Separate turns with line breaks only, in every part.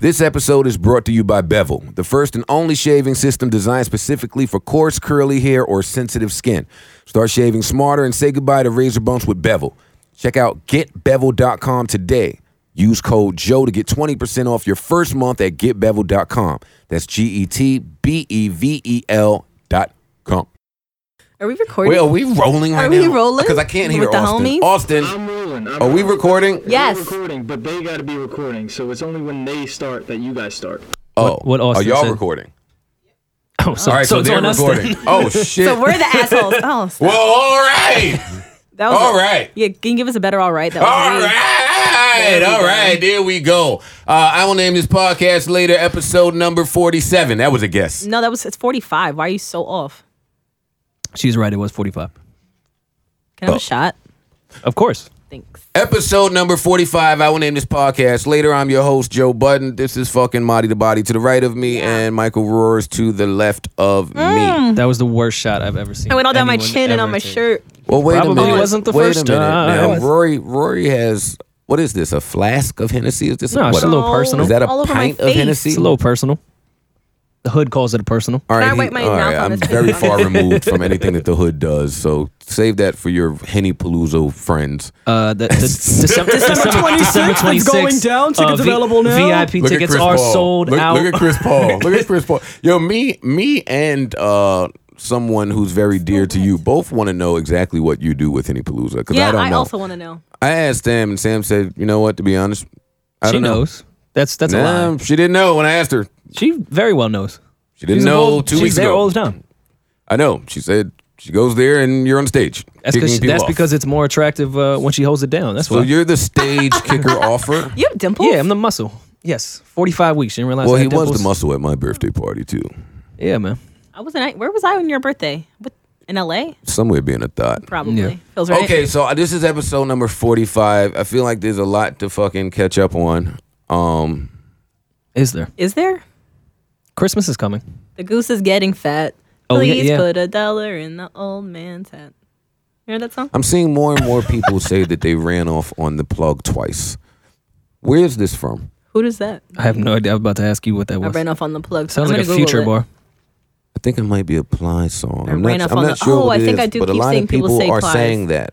This episode is brought to you by Bevel, the first and only shaving system designed specifically for coarse, curly hair or sensitive skin. Start shaving smarter and say goodbye to razor bumps with Bevel. Check out getbevel.com today. Use code Joe to get 20% off your first month at getbevel.com. That's G E T B E V E L dot com.
Are we recording?
Wait, are we rolling right
Are
now?
we rolling
Because I can't hear
with the
Austin.
homies?
Austin,
I'm rolling. I'm
are we
rolling.
recording?
Yes.
We're recording, but they got to be recording. So it's only when they start that you guys start.
Oh,
what Austin
are y'all
said.
recording?
Oh,
All right, so,
it's
they're
on us then.
recording. Oh shit.
so we're the assholes. Oh, snap.
well, all right,
that was
all right.
Yeah, can you give us a better all right? That was
all
me.
right,
There we
all
go.
right. There we go. Uh, I will name this podcast later, episode number forty-seven. That was a guess.
No, that was it's 45. Why are you so off?
She's right. It was 45.
Oh.
Can I have a shot?
Of course.
Thanks.
Episode number 45. I will name this podcast later. I'm your host, Joe Budden. This is fucking Marty the Body to the right of me, and Michael Roars to the left of
Mm.
me.
That was the worst shot I've ever seen.
I went all down my
anyone
chin and
ever
on my
take.
shirt.
Well, wait
Probably
a minute.
wasn't the
wait
first
a minute. Now,
time.
Rory, Rory has, what is this, a flask of Hennessy? Is this
No, it's
what,
a little personal.
Is that a
all over my
pint of
face.
Hennessy?
It's a little personal. The hood calls it a personal.
All
Can I wipe my mouth on
I'm
this?
very far removed from anything that the hood does, so save that for your Henny Palooza friends.
Uh, the, the, December, December Uh, 26th.
it's going down. Tickets available now.
VIP tickets are sold
look,
out.
Look at Chris Paul. Look at Chris Paul. Yo, me, me, and uh, someone who's very dear to you both want to know exactly what you do with Henny Palooza because
Yeah,
I don't
I,
know.
also want to know.
I asked Sam, and Sam said, "You know what? To be honest, I
she
don't know.
knows. That's that's a
Nah,
lie.
she didn't know when I asked her.
She very well knows.
She didn't
She's
know
involved-
two
she's
weeks
there
ago.
all the time.
I know. She said she goes there and you're on stage.
That's,
kicking
because
people
that's
off.
because it's more attractive uh, when she holds it down. That's
So
why.
you're the stage kicker offer.
You have dimples?
Yeah, I'm the muscle. Yes, 45 weeks. You didn't realize
Well,
I
he
had
was the
dimples?
muscle at my birthday party too.
Yeah, man.
I wasn't. I- Where was I on your birthday? What, in LA?
Somewhere being a thought.
Probably.
Yeah.
Feels right.
Okay, so uh, this is episode number 45. I feel like there's a lot to fucking catch up on. Um
Is there?
Is there?
Christmas is coming.
The goose is getting fat.
Oh, yeah,
Please
yeah.
put a dollar in the old man's hat. You heard that song?
I'm seeing more and more people say that they ran off on the plug twice. Where is this from?
Who does that?
I have no idea. I'm about to ask you what that
I
was.
ran off on the plug.
Sounds
I'm
like a
gonna Google
future
it.
bar.
I think it might be a Ply song.
I
I'm
ran
not,
off
I'm
on
not
the-
sure
Oh,
what
I
it
think
is,
I do
but a
keep
lot
seeing
of
people
people
say
are
Plies.
saying that.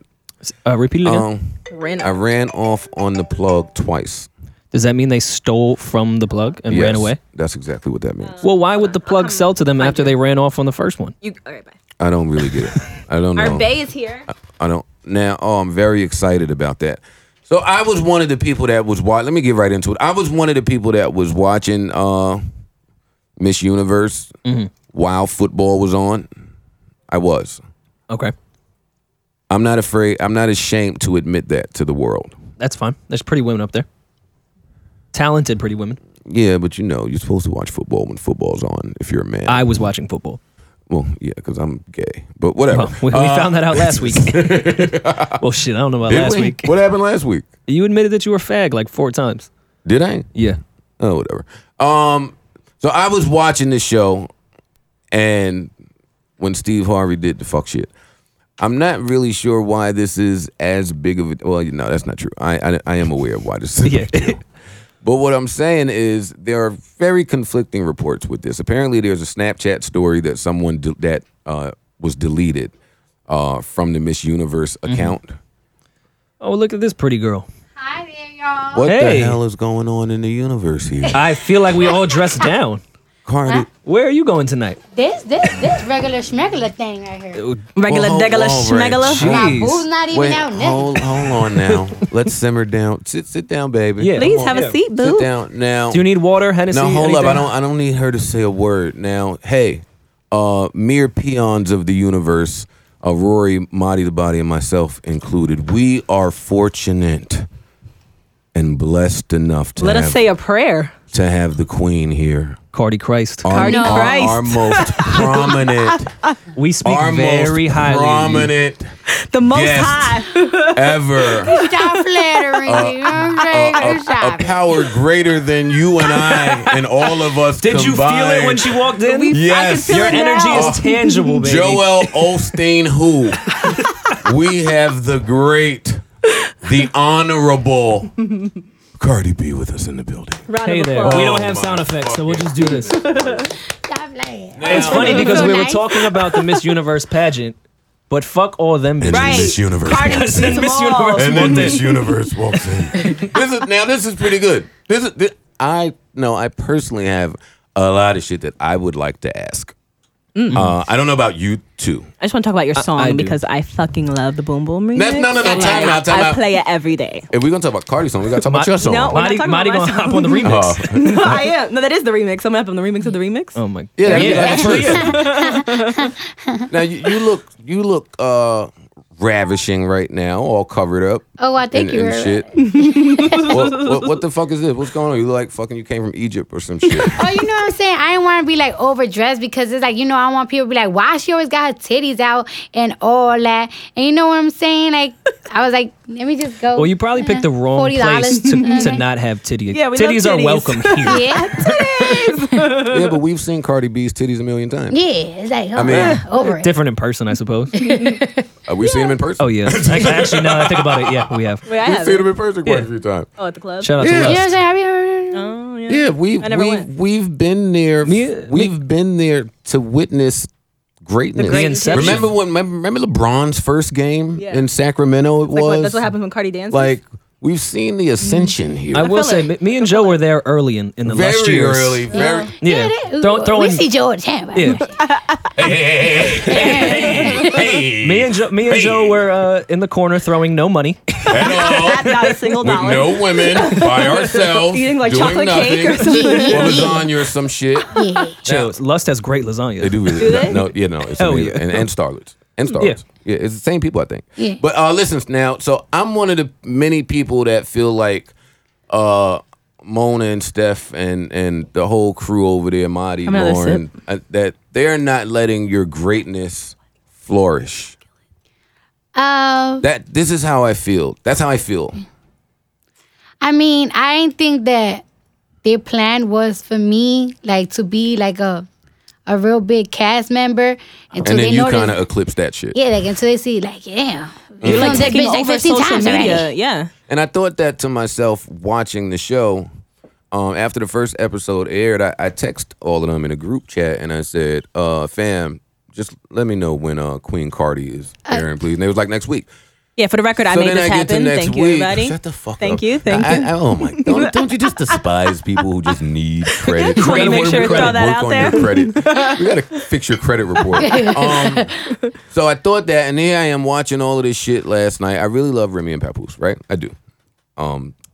Uh, repeat it again.
Um,
Ran
I ran off on the plug twice.
Does that mean they stole from the plug and ran
Yes,
away?
That's exactly what that means.
Uh.
Well, why would the plug sell to them
Um, I
after
do.
they ran off on the first one?
You, all right, bye.
I don't really get it. I don't know.
Our bay is here.
I don't now. Oh, I'm very excited about that. So I was one of the people that was watching. Let me get right into it. I was one of the people that was watching uh, Miss Universe
Mm-hmm.
while football was on. I was.
Okay,
I'm not afraid. I'm not ashamed to admit that to the world.
that's fine. There's pretty women up there. Talented, pretty women.
Yeah, but you know, you're supposed to watch football when football's on. If you're a man,
I was watching football.
well, yeah, because I'm gay. But whatever.
Well, we, we
Uh,
found that out last week. well, shit, I don't know about
did
last
we?
week.
What happened last week?
You admitted that you were fag like four times.
Did I?
Yeah.
oh whatever. Um, so I was watching this show, and when Steve Harvey did the fuck shit, I'm not really sure why this is as big of a. Well, you know that's not true. I I, I am aware of why this. Is
Yeah.
But what I'm saying is there are very conflicting reports with this. Apparently, there's a Snapchat story that someone de- that uh, was deleted uh, from the Miss Universe
Mm-hmm.
account.
oh, look at this pretty girl.
Hi there, y'all.
What the
Hey.
hell is going on in the universe here,
I feel like we all dressed down.
Cardi?
Where are you going tonight?
This this this regular schmegular thing right here.
Regular,
Well,
degular,
hold on, Ray.
schmegular.
Shit.
My
Jeez.
boo's not even
Oh, Wait,
out now.
hold, hold on now. Let's simmer down. Sit sit down, baby.
Yeah.
Please
Come
have a seat,
Sit
boo.
down now.
Do you need water, Hennessy?
now hold up. I
anything?
don't I don't need her to say a word. Now, hey, uh mere peons of the universe, uh, Rory, Marty the Body, and myself included, we are fortunate and blessed enough to
Let
have,
us say a prayer.
to have the queen here.
Cardi Christ.
Our,
Cardi
our-
Christ.
our most prominent,
we speak
our
very
most
highly. of you.
prominent
The most
Yes.
high.
ever.
Stop flattering
Uh,
me. You know what I'm saying?
a
Stop it.
power greater than you and I and all of us
Did you feel it when she walked in?
We-
Yes.
I can feel
Your
it
Energy
now.
Oh.
is tangible, baby.
Joel Osteen who? we have the great, the honorable Cardi B with us in the building.
Round
Hey
of
there.
applause.
we don't
Oh
have
my
sound effects, so we'll just do this.
Stop playing.
It's funny because
So
we were
nice.
talking about the Miss Universe pageant, but fuck all them bitches.
then
Right.
Miss Universe
Cardi
walks
B
in.
them
Miss
all.
Universe
And then
one
Miss Universe walks in. this is now this is pretty good. This is thi- I no, I personally have a lot of shit that I would like to ask.
Mm.
Uh, I don't know about you two.
I just want to talk about your song
I do.
because I fucking love the Boom Boom remix.
That's- no, no, no,
And,
time
like,
out, time
I
out.
play it every day.
If we're gonna talk about Cardi song, we gotta talk about
My-
your song.
No, we're not talking
Marty,
about
Marty
my
gonna
song.
hop on the
Oh.
remix.
no, I am. No, that is the remix. I'm up on the remix of the remix.
Oh my god.
Yeah, that'd be
yeah.
like first. now you, you look you look uh ravishing right now, all covered up.
Oh, I think
and,
you
and
were.
shit. what, what, what the fuck is this? What's going on? You look like fucking you came from Egypt or some shit.
Oh, you know what I'm saying? I didn't want to be like overdressed because it's like, you know, I want people to be like, why she always got her titties out and all that. And you know what I'm saying? Like, I was like, let me just go.
Well, you probably picked the wrong place
$40.
to, to not have titties.
Mm-hmm. Yeah, we love
titties, are
titties.
welcome here.
Yeah.
yeah, but we've seen Cardi B's titties a million times.
yeah. It's like, oh, I
mean-
over it.
Different in person, I suppose.
Uh, we've seen him in person.
Oh yeah. Ac- Actually, now that I think about it, yeah, we have.
Wait, I
We've
have
seen
it.
him in person quite a
Yeah.
few times.
Oh, at the club.
Shout out
Yeah.
to
You know what
West.
I'm saying? I mean,
Oh, yeah.
Yeah, we've
I never
we've,
went.
we've been there.
Me-
we've been there to witness greatness.
The great
inception.
Remember when? Remember LeBron's first game
Yeah.
in Sacramento? It
Like,
was
what, that's what happened when Cardi dances.
Like we've seen the ascension here.
I will
feel
say,
like-
me and Joe were there early in, in the
very
last years.
early. Very.
Yeah,
ooh,
throw, throw
we
in-
see George Hammer.
Yeah. Me and Joe, me and Joe were uh, in the corner throwing no money.
not a single
With
dollar.
no women by ourselves
Eating, like,
doing
chocolate
nothing,
cake or something.
or lasagna or some shit.
Yeah.
Joe, Lust has great lasagna.
They do really.
Do they?
No, no, yeah, no. It's
Hell
amazing.
yeah.
And, and starlets. And starlets. Yeah. it's the same people, I think.
Yeah.
But uh, listen now. So I'm one of the many people that feel like uh, Mona and Steph and and the whole crew over there, Marty,
Have another
Lauren, uh, that they're not letting your greatness flourish.
Um,
That this is how I feel. That's how I feel.
I mean, I didn't think that their plan was for me like to be like a a real big cast member until
And
they
then you
noticed.
kind of eclipse that shit.
Yeah, like until they see, like, damn, you
You're like
filmed that
taking
bitch like
over
15
social
times
media.
already.
Yeah.
And I thought that to myself watching the show. Um, after the first episode aired, I, I text all of them in a group chat and I said, uh, "Fam, just let me know when uh, Queen Cardi is airing, please." And they was like, "Next week."
Yeah, for the record, I
so
Uh, made
then
this
I get
happen.
to next
Thank
week.
you, everybody.
Shut the fuck
Thank
up.
you, thank
I-
you.
I- oh my! Don't, don't you just despise people who just need credit? We
Great,
gotta
make
work-
sure
we
to
gotta
throw that
work
out
on
there.
your Credit. we gotta fix your credit report. Um, so I thought that, and here I am watching all of this shit last night. I really love Remy and Papoose, right? I do.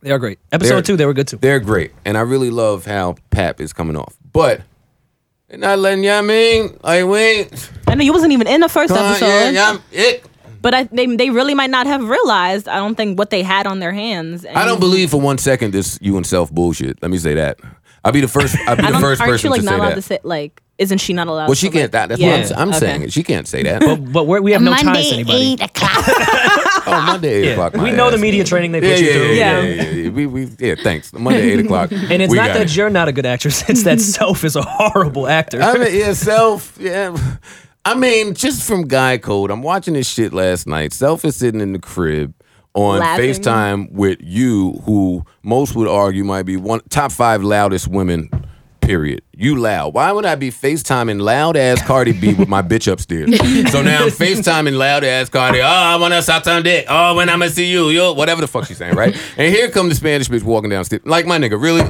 They are great. Episode
They're-
two, they were good too.
They're great. And I really love how Pap is coming off. But they're not letting you know what I mean? Like wait.
I know you wasn't even in the first
Come on, yeah,
episode,
yeah, it.
but I, they they really might not have realized. I don't think what they had on their hands. And
I don't believe for one second this you and self bullshit. Let me say that. I'll be the first I'll be
I
the
don't.
1st
aren't
person
you like
to
not
say
allowed
that.
to say like? Isn't she not allowed?
well she
to, like-
can't that that's
Yeah,
what I'm, sa- I'm
okay.
saying it. She can't say that.
But, but we're, we have no ties to
Monday,
anybody.
8 o'clock.
oh Monday eight o'clock.
we
my
know the
ass.
media training they put
Yeah,
you
yeah,
through.
yeah, yeah,
Yeah.
yeah, yeah. We, we, yeah, thanks. Monday, 8 o'clock.
And it's
We
not
got
that
it.
you're not a good actress. It's that self is a horrible actor.
I mean, yeah, self. Yeah, I mean, just from guy code. I'm watching this shit last night. Self is sitting in the crib on
Laughing.
FaceTime with you, who most would argue might be one top five loudest women. Period. You loud. Why would I be FaceTiming loud ass Cardi B with my bitch upstairs? so now I'm FaceTiming loud ass Cardi. Oh, I wanna suck some dick. Oh, when I'ma see you, yo, whatever the fuck she's saying, right? and here come the Spanish bitch walking downstairs. Like my nigga, really?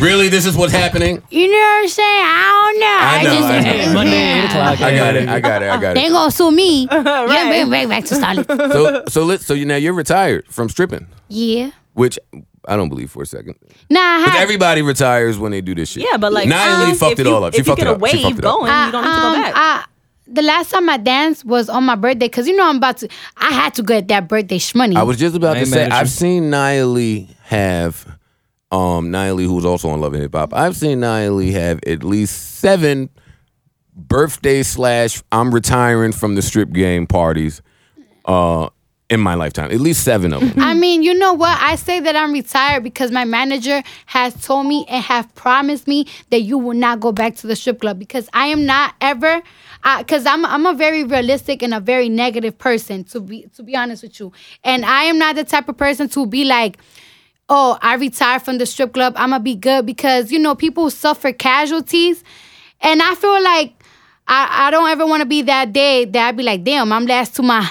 Really? This is what's happening?
You know what I'm saying? I
I know,
don't know.
I know.
Monday,
Yeah.
eight o'clock.
I got it. I got it. I got it.
They ain't gonna sue me. Yeah, bring back, back to solid.
so so let so you now you're retired from stripping,
Yeah.
which I don't believe for a second.
Nah,
But
how,
everybody retires when they do this shit.
Yeah, but like
Natalie
um,
fucked
if
it
you-
all up. She
If you
fucked
get
it
a
up. She
wave
fucked it up.
going, you don't need to go
um,
back.
I- the last time I danced was on my birthday because you know I'm about to. I had to get that birthday shmoney.
I was just about
I
to
ain't
say
mad at you.
I've seen Niley have um Niley who's also on Love and Hip Hop. I've seen Niley have at least seven birthday slash I'm retiring from the strip game parties uh in my lifetime. At least seven of them.
I mean, you know what? I say that I'm retired because my manager has told me and have promised me that you will not go back to the strip club because I am not ever. Because I'm I'm a very realistic and a very negative person to be to be honest with you, and I am not the type of person to be like. oh, I retire from the strip club, I'm gonna be good because you know people suffer casualties, and I feel like I, I don't ever want to be that day that I'd be like, damn, I'm last to my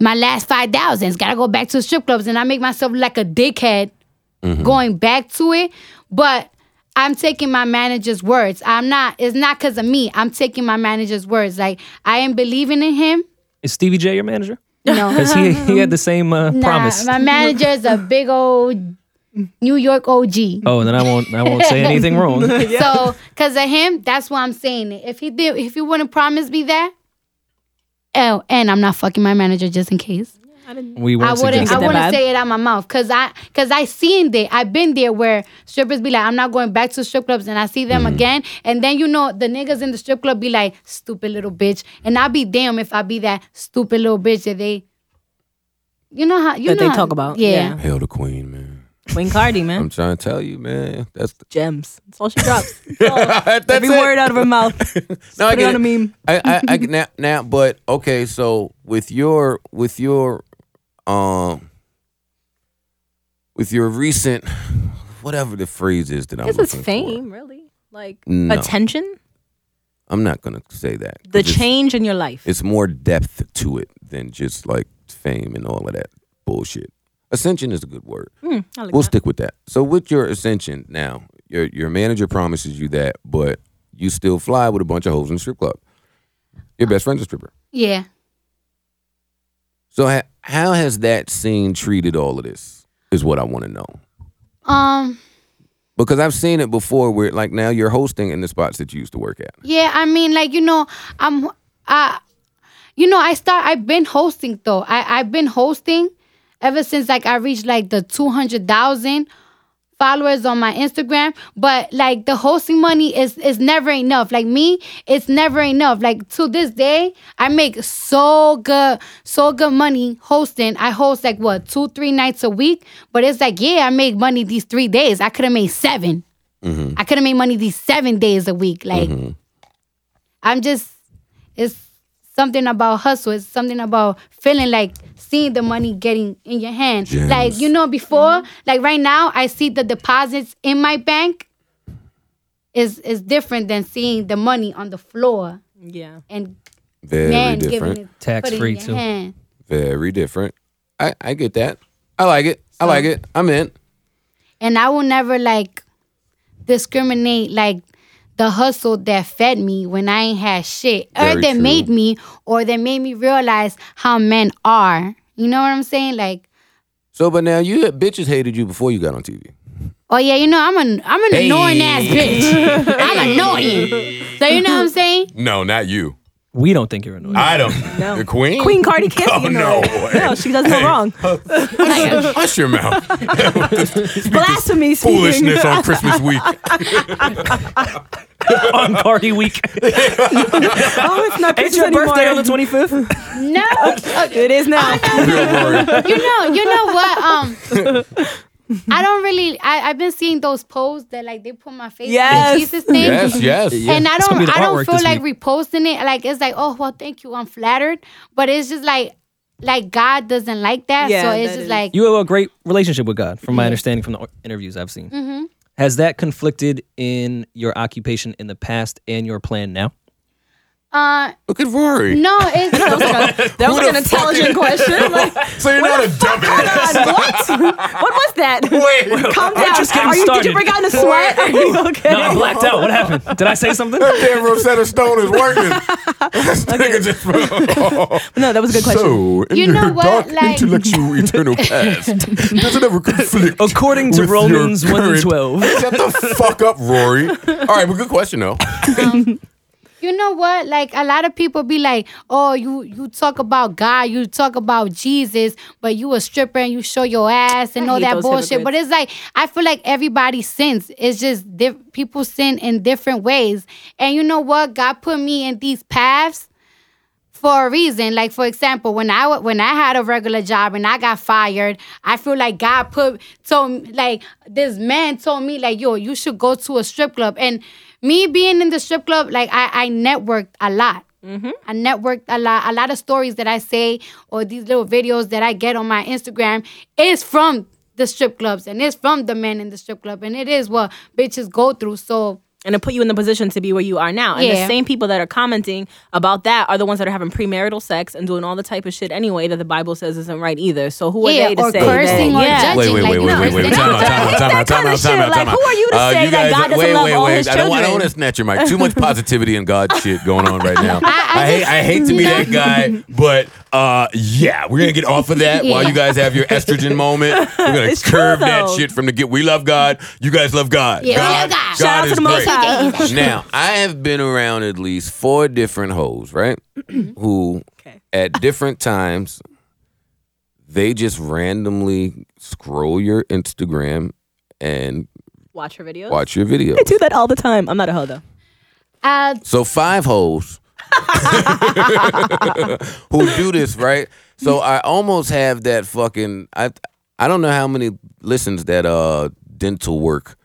my last five thousands, gotta go back to the strip clubs, and I make myself look like a dickhead going back to it, but. I'm taking my manager's words. I'm not. It's not because of me. I'm taking my manager's words. Like I am believing in him.
Is Stevie J your manager?
No,
Because he, he had the same uh,
Nah,
promise.
My manager is a big old New York OG.
Oh, then I won't I won't say anything wrong.
So, because of him, that's why I'm saying it. If he did, if he wouldn't promise me that, oh, and I'm not fucking my manager just in case.
We
I
weren't
wouldn't. I
suggesting.
that
wouldn't
vibe.
say it out my mouth, cause I, cause I seen it. I've been there where strippers be like, I'm not going back to strip clubs, and I see them
Mm.
again, and then you know the niggas in the strip club be like, stupid little bitch, and I'll be damn if I be that stupid little bitch that they, you know how you
That
know
they
how-
talk about, yeah.
Hail the queen, man.
Queen Cardi,
I'm
man.
trying to tell you, man. That's the,
Gems. That's all she drops.
that's
Every
it.
word out of her mouth.
No, I
Put it
get
on a meme.
I, I, I now, now, but okay. So with your, with your, um, with your recent, whatever the phrase is that I'm.
This is
looking for.
fame, really. Like
No.
attention,
I'm not gonna say that.
the
'cause it's-
change in your life.
It's more depth to it than just like fame and all of that bullshit. Ascension is a good word.
I like
we'll
that.
stick with that. So with your ascension now, your your manager promises you that, but you still fly with a bunch of hoes in the strip club. Your best friend's a stripper.
yeah.
So ha- how has that scene treated all of this? Is what I want to know.
Um.
Because I've seen it before where like now you're hosting in the spots that you used to work at.
Yeah, I mean, like you know, I'm, I, you know, I start. I've been hosting though. I I've been hosting ever since like I reached like the two hundred thousand followers on my Instagram. But like the hosting money is is never enough. Like me, it's never enough. Like to this day, I make so good, so good money hosting. I host like what two, three nights a week. But it's like yeah, I make money these three days. I could have made seven. I could have made money these seven days a week. Like,
Mm-hmm.
I'm just, it's something about hustle. It's something about feeling like seeing the money getting in your hand. Like, you know, before, like right now, I see the deposits in my bank is is different than seeing the money on the floor
yeah.
and
Very
man
different.
giving it
Tax
putting it
free,
in your
too.
hand.
Very different. I, I get that. I like it. I like it. I'm in.
and I will never like discriminate like the hustle that fed me when I ain't had shit
Very
or that
true.
made me or that made me realize how men are. You know what I'm saying? Like,
So but now you bitches hated you before you got on TV.
oh yeah, you know I'm an I'm an annoying ass bitch. I'm annoying. So you know what I'm saying?
No, not you.
We don't think you're annoying.
I don't. No. The queen?
Queen Cardi can't be
Oh, no.
annoying. no, she does no wrong.
Hush your mouth.
Blasphemy speaking.
Foolishness on Christmas week.
on Cardi Week.
Oh, it's not Christmas
It's your
anymore.
birthday on the 25th.
No.
It is now.
you know, you know what? Um, I don't really. I I've been seeing those posts that like they put my face
Yes.
on Jesus thing.
Yes, yes.
And I
It's gonna be
don't,
the
I
artwork
don't feel
this
like reposting it. Like it's like, oh well, thank you, I'm flattered. But it's just like, like God doesn't like that.
Yeah,
so it's
that
just
is-
like,
You have a great relationship with God, from my understanding from the interviews I've seen.
Mm-hmm.
Has that conflicted in your occupation in the past and your plan now?
uh,
Look at Rory.
no, it's
That was an intelligent question. Like,
So you're not a dumbass.
God, what? What was that?
Wait.
Calm down.
just getting
Are you, did
started.
you break out in a sweat? Are you okay?
No, I blacked out. What happened? Did I say something?
Damn Rosetta Stone is working. This nigga just-
No, that was a good question.
so, in
You
your
know what,
dark
like-
intellectual eternal past, does it ever conflict?
According to
with your
Romans 1 and
current-
12.
Shut the fuck up, Rory. All right, but good question though.
you know what? Like a lot of people be like, oh, you you talk about God, you talk about Jesus, but you a stripper and you show your ass and
I
all
hate
that
those
bullshit. But
hypocrites.
it's like I feel like everybody sins. It's just diff- people sin in different ways. And you know what? God put me in these paths for a reason. Like for example, when I wa- when I had a regular job and I got fired, I feel like God put told me- like this man told me like yo you should go to a strip club and me being in the strip club like I I networked a lot. I networked a lot. A lot of stories that I say or these little videos that I get on my Instagram is from the strip clubs and it's from the men in the strip club and it is what bitches go through. So
and it put you in the position to be where you are now. And
Yeah.
the same people that are commenting about that are the ones that are having premarital sex and doing all the type of shit anyway that the Bible says isn't right either. So who
Yeah,
are they to
or
say
cursing
that?
or
yeah.
Wait,
judging.
wait,
like,
wait, wait,
no,
wait, wait,
it's
Time out,
not-
time out,
it's
time out, time
that kinda
out, time out,
shit.
time
Like,
out.
who are you to
Uh,
say that
guys-
God doesn't
wait,
love
wait,
all
wait.
his
I don't, I don't
children?
want to snatch your mic. Too much positivity and God shit going on right now. I,
I- I
hate,
just-
I hate to be that guy, but uh, yeah, we're gonna get off of that while
Yeah.
you guys have your estrogen moment. We're gonna
It's true,
curve that
though.
shit from the get. We love God. You guys love God.
Yeah, we
God,
love God.
Shout out to
is
the Most
great
High.
now I have been around at least four different hoes, right? Who
Okay.
at different times they just randomly scroll your Instagram and
Watch her videos.
watch your video.
I do that all the time. I'm not a hoe though.
Uh,
So five hoes who do this, right? So I almost have that fucking I I don't know how many listens that uh dental work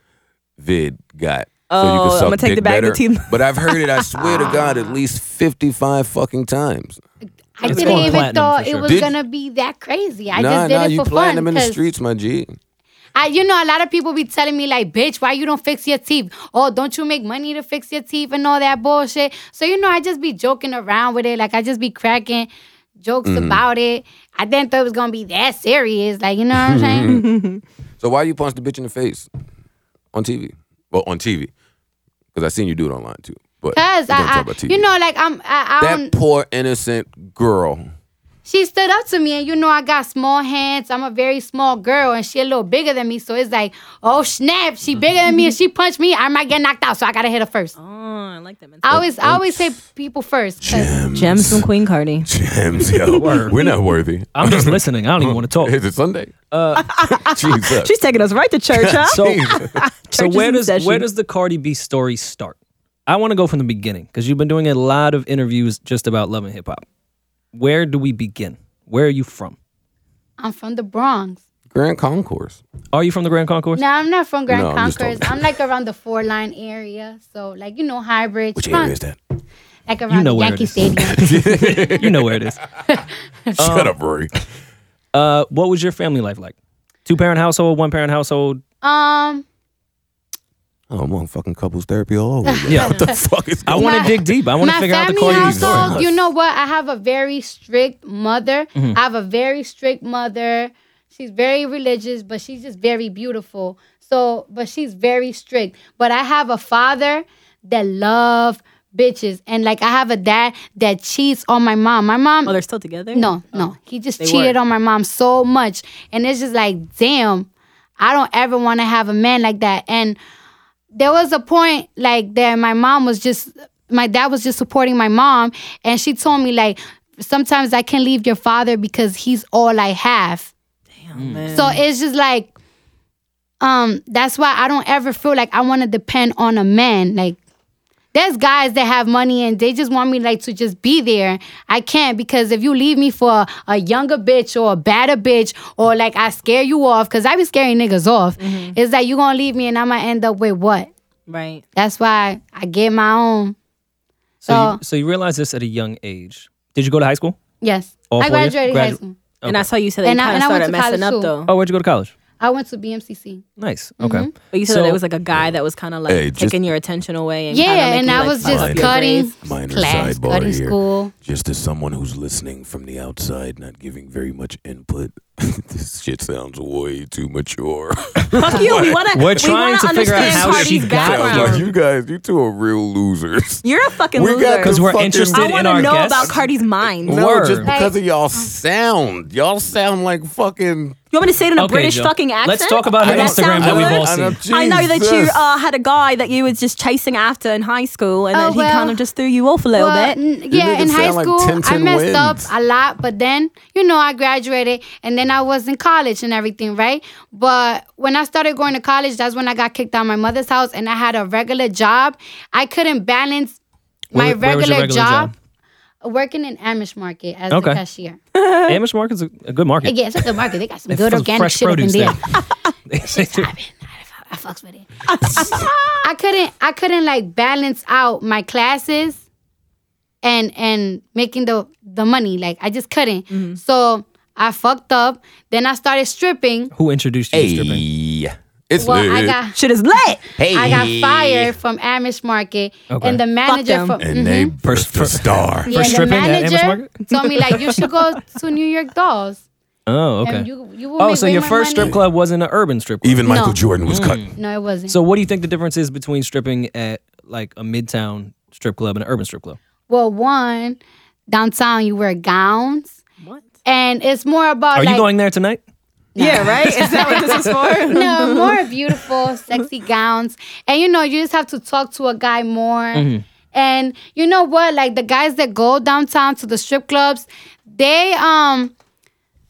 vid got.
Oh, I'm gonna take the bag to team.
But I've heard it, I swear to God, at least fifty five fucking times.
I
It's
didn't
going
even
platinum
thought
for
it
sure.
was
Did-
gonna be that crazy. I
nah,
just did
nah,
it
you
for
playing
fun
them in the
'cause
streets, my G.
I, you know, a lot of people be telling me like, "Bitch, why you don't fix your teeth? Oh, don't you make money to fix your teeth and all that bullshit?" So you know, I just be joking around with it. Like I just be cracking jokes
Mm-hmm.
about it. I didn't thought it was gonna be that serious. Like you know what I'm saying?
So why you punch the bitch in the face on TV? Well, on TV, because I seen you do it online too. But
Cause
we don't talk
I,
about
I
TV.
you know, um, like I'm, I, I
that
don't.
poor innocent girl.
she stood up to me and you know I got small hands. I'm a very small girl and she a little bigger than me. So it's like, oh snap,
Mm-hmm.
she bigger than me and she punched me, I might get knocked out. So I gotta hit her first.
Oh, I like that.
I always I always say people first. 'cause-
Gems from Queen Cardi.
Gems, yo. We're not worthy.
I'm just listening. I don't even want to talk.
Is it Sunday? Uh, Jesus.
She's taking us right to church, huh?
So, so
Church is
where
in
does
session.
where does the Cardi B story start? I want to go from the beginning because you've been doing a lot of interviews just about love and hip hop. Where do we begin? Where are you from?
I'm from the Bronx.
Grand Concourse.
Are you from the Grand Concourse?
No, I'm not from Grand
No, I'm just
Concourse.
talking.
I'm like around the four line area. So like you know hybrid.
Which
front-
area is that?
Like around
know
the
where it
Yankee
is.
Stadium.
you know where it is.
Shut up, Rory.
Uh, what was your family life like? Two parent household, one parent household.
um
Oh, I'm on fucking couples therapy all over. again.
Yeah.
What the fuck is
I
going
want
on?
to dig deep. I want to
my
figure out the
family
Cardi B
household,
story. Mm-hmm.
you know what? I have a very strict mother. I have a very strict mother. She's very religious, but she's just very beautiful. So, but she's very strict. But I have a father that love bitches, and like I have a dad that cheats on my mom. My mom,
Oh, they're still together.
No, no. He just
Oh, They
cheated
were.
on my mom so much. And it's just like, damn, I don't ever want to have a man like that. And there was a point like that my mom was just my dad was just supporting my mom and she told me like sometimes I can leave your father because he's all I have.
Oh, man.
Mm.
So it's just like um that's why I don't ever feel like I want to depend on a man like there's guys that have money and they just want me like to just be there. I can't because if you leave me for a, a younger bitch or a badder bitch or like I scare you off because I be scaring niggas off.
Mm-hmm.
It's like you gonna leave me and I'm gonna end up with what?
right.
That's why I get my own.
so, you,
uh,
so you realized this at a young age. Did you go to high school?
Yes,
All
I
four years?
graduated high
Oh, Gradu-
school.
And that's how you said that
And
you
I-
kind of
and I went
started
to college
messing up,
too.
though.
Oh, where'd you go to college?
I went to BMCC.
Nice.
Mm-hmm.
Okay.
But you said
So-
that it was like a guy that was kind of like
Hey, just-
taking your attention away. And
Yeah,
kinda making
and
you,
I
like,
was
fuck
just
up your
cutting
grades.
Minor
class,
sidebar
cutting
here.
school.
Just as someone who's listening from the outside, not giving very much input, this shit sounds way too mature.
Fuck you. We want to.
We're trying to figure out how she
Sounds
got Background.
like you guys, you two are real losers.
You're a fucking
We got
loser.
to
'Cause we're
fucking-
interested
I
in
want
our
to know
guests.
about Cardi's mind. You
No,
Word.
just because of y'all sound. Y'all sound like fucking.
want me to say it in a
Okay,
British
Jill.
fucking accent?
Let's talk about
Does
her
that sound
Instagram that we've
good?
all
I know
seen.
I know that you
Jesus.
uh, had a guy that you was just chasing after in high school, and
Oh,
then he
well.
kind of just threw you off a little
Well,
bit.
n- yeah,
niggas
in high
sound like
school,
10,
I
10
messed up
wins.
a lot, but then, you know, I graduated and then I was in college and everything, right? But when I started going to college, that's when I got kicked out of my mother's house and I had a regular job. I couldn't balance my
Where- where was your
regular,
regular
job, working in Amish market as
Okay.
the cashier.
Amish market's a, a good market.
Yeah, it's a good market. They got some
They
Uh, good
have
organic
fresh
shit up in
produce
there.
there.
I fucks with it. I couldn't I couldn't like balance out my
Mm-hmm.
classes and and making the the money. Like I just couldn't. So I fucked up. Then I started stripping.
Who introduced you to stripping?
Hey, it's
Well,
lit.
I got
Shit is lit.
hey,
I got fired from Amish Market,
Okay.
and the manager
them.
from mm-hmm.
and they burst the star.
yeah, the
stripping at Amish
manager
Market?
told me like you should go to New York Dolls.
Oh, okay.
And you, you will
oh,
make
so
way
your
more
first
money.
strip club wasn't an urban strip club.
Even Michael
No.
Jordan was cut.
No, it wasn't.
so what do you think the difference is between stripping at like a midtown strip club and an urban strip club?
well, one downtown you wear gowns,
What?
and it's more about
Are
like
you going there tonight?
Yeah, right? Is that what this is for?
no more beautiful, sexy gowns, and you know you just have to talk to a guy more. And you know what? Like the guys that go downtown to the strip clubs, they um.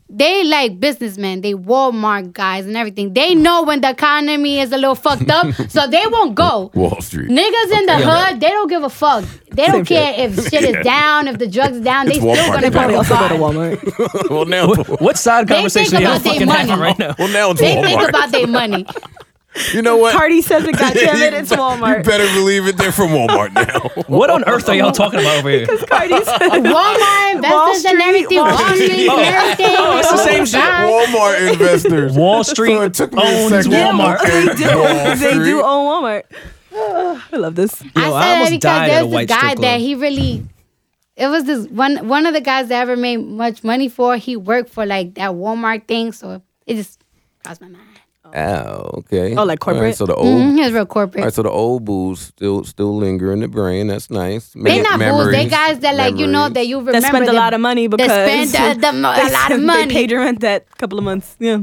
They like businessmen, they Walmart guys and everything. They know when the economy is a little fucked up, so they won't go.
Wall Street.
Niggas in the hood, they don't give a fuck. They don't care if shit is down, if the drugs down. They
It's
still
Walmart.
gonna
They
go
probably
to
also
bar.
Walmart.
well, now,
What side conversation
think
y'all
about their
fucking having
money.
right now?
well, now it's
They think
Walmart.
about their money.
you know what?
Cardi says it, goddamn it, it's
You
Walmart.
better believe it. They're from Walmart now.
What on earth are y'all talking about over here?
Cardi says
Walmart investors and
Street,
everything.
Wall
Wall Street and everything. Oh,
it's the same shit.
Walmart investors.
Wall Street
So it took me a
owns
second.
Walmart.
Okay, Wall
they do
Street.
own Walmart. I love this.
I
Yo,
said
I
that
almost
because
died at
there
a
was
white
this guy
strip
that
club.
he really. It was this one one of the guys that I ever made much money for. He worked for like that Walmart thing, so it just crossed my mind.
Oh, okay.
Oh, like
All right,
corporate?
so the old.
Hmm.
Mhm, he was real
All
corporate.
right, so the old booze still still linger in the brain. That's nice.
They
Mem-
not bulls. They
memories.
guys that like you know that you remember.
That spent a
them.
lot of money because
they spent a, the mo- a lot of
They
money.
paid your rent that couple of months. Yeah.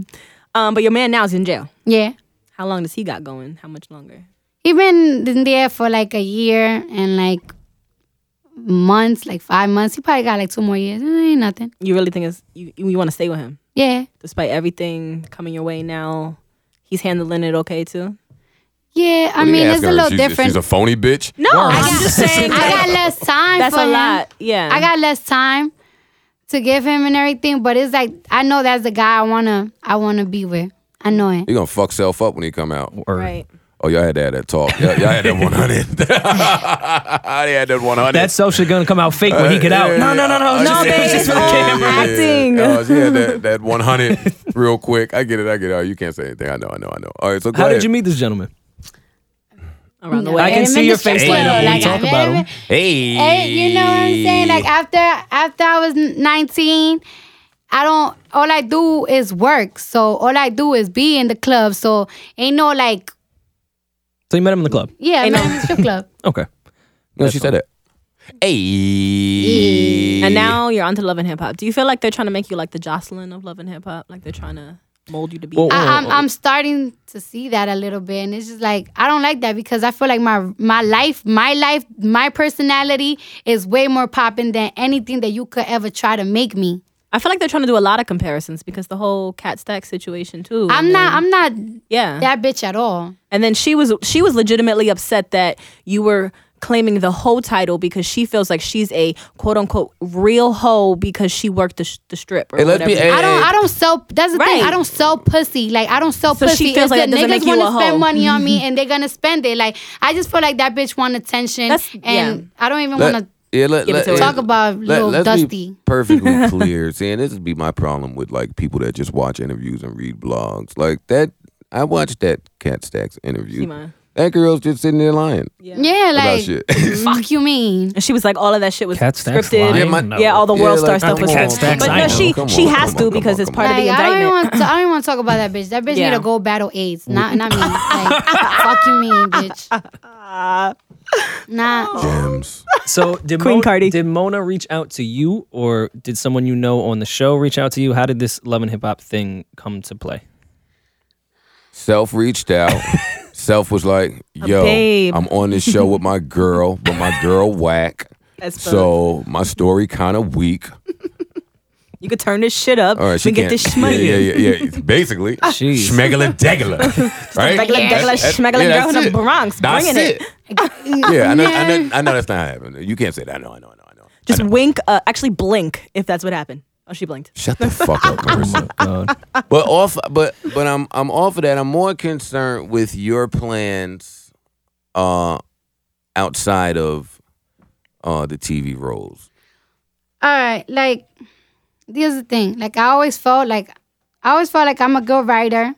Um, but your man now's in jail.
yeah,
How long does he got going? How much longer?
he been in there for like a year and like months, like five months. He probably got like two more years. Eh, ain't nothing.
You really think it's you? You want to stay with him
Yeah,
despite everything coming your way now? He's handling it okay too.
yeah. I
What do you
mean,
ask
it's
her?
a little
she's,
different.
She's a phony bitch.
No, I'm just saying
I got less time.
that's
for
a
him.
lot. Yeah,
I got less time to give him and everything, but it's like I know that's the guy I wanna I wanna be with. I know it.
He gonna fuck self up when he come out.
right.
Oh, y'all had to have that talk. Y'all, y'all had that one hundred. I had that one hundred.
That social gonna come out fake when he
Uh,
get out. No, no, no, no.
No,
Just,
babe,
just for the
it's all
camera.
acting.
Oh, she had that, that one hundred real quick. I get it. I get it. Oh, you can't say anything. I know. I know. I know. All right. So go
How
ahead.
did you meet this gentleman?
around the
No,
way.
I can
and
see
I'm in
your
the strip
face
club,
lighting up when you talk
I'm
about
in-
him.
Hey.
Hey, you know what I'm saying? Like after after I was 19, I don't all I do is work. So all I do is be in the club. So ain't no like
So you met him in the club.
yeah, I'm
Ain't no-
in the strip club.
Okay.
no, she said that. Hey.
And now you're onto Love and Hip Hop. Do you feel like they're trying to make you like the Jocelyn of Love and Hip Hop? Like they're trying to mold you to be.
Well,
I, I'm I'm starting to see that a little bit, and it's just like I don't like that because I feel like my my life, my life, my personality is way more popping than anything that you could ever try to make me.
I feel like they're trying to do a lot of comparisons because the whole Cat Stack situation too.
I'm
And
not I'm not
Yeah.
that bitch at all.
And then she was she was legitimately upset that you were claiming the hoe title because she feels like she's a quote unquote real hoe because she worked the, sh- the strip or
Hey, let's
whatever.
be. Hey,
I don't
hey,
I don't sell. That's the
Right.
thing. I don't sell pussy. Like I don't sell
So she
pussy.
feels
It's
like that
that
doesn't
niggas
make you
wanna
a hoe.
spend money on me and they're gonna spend it. Like I just feel like that bitch want attention,
That's-
and I don't even
Let-
want to.
yeah, let,
give it
let,
to her.
yeah,
Talk about little
let's Be
Dusty.
perfectly clear. See, and this would be my problem with like people that just watch interviews and read blogs. Like that, I watched that Cat Stacks interview.
mine.
That girl's just sitting there lying
Yeah,
about
like
shit.
fuck you mean.
And she was like, all of that shit was
Cat Stack's
scripted.
lying?
Yeah, my-
Yeah, all the
Yeah,
world
like,
star stuff
come
was
on,
Cat
scripted.
Stacks,
But
I
no,
know.
she
Come
she
on,
has
come
to
on,
because
come
it's
on,
part of the
Like, I don't
indictment.
even want to, I don't even want to talk about that bitch. That bitch
Yeah.
need to go battle AIDS. Not not me. Like, fuck you mean, bitch. Nah.
Gems.
So did
Queen
Mon-
Cardi.
Did Mona reach out to you, or did someone you know on the show reach out to you? How did this love and hip hop thing come to play?
Self reached out. Self was like, "Yo,
babe."
I'm on this show with my girl, but my girl whack.
That's
So my story kind of weak.
You could turn this shit up.
All right, she
we get
can't-
this Ah. shmoney.
Yeah, yeah, yeah. yeah. Basically,
Jeez.
schmegula degula, right?
Regular,
That's-
regular,
that's-
schmegular
yeah,
girl in
that's
the
it.
Bronx,
That's
bringing it.
it. yeah, I know, I know. I know that's not happening. You can't say that. I know. I know. I know. I know.
Just wink, uh, actually blink if that's what happened. Oh, she blinked.
Shut the fuck up, Marissa.
God.
but off, but but I'm I'm off of that. I'm more concerned with your plans, uh, outside of, uh, the TV roles.
All right. Like, Here's the thing. Like I always felt like I always felt like I'm a good writer.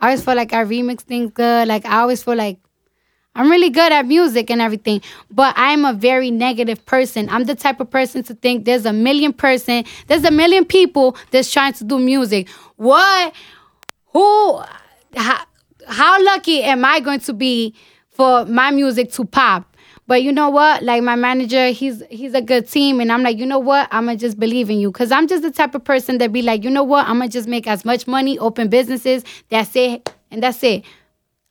I always felt like I remix things good. Like I always feel like I'm really good at music and everything, but I'm a very negative person. I'm the type of person to think there's a million person, there's a million people that's trying to do music. What? Who? How, how lucky am I going to be for my music to pop? But you know what? Like my manager, he's he's a good team, and I'm like, you know what? I'ma just believe in you, cause I'm just the type of person that be like, you know what? I'ma just make as much money, open businesses. That's it, and that's it.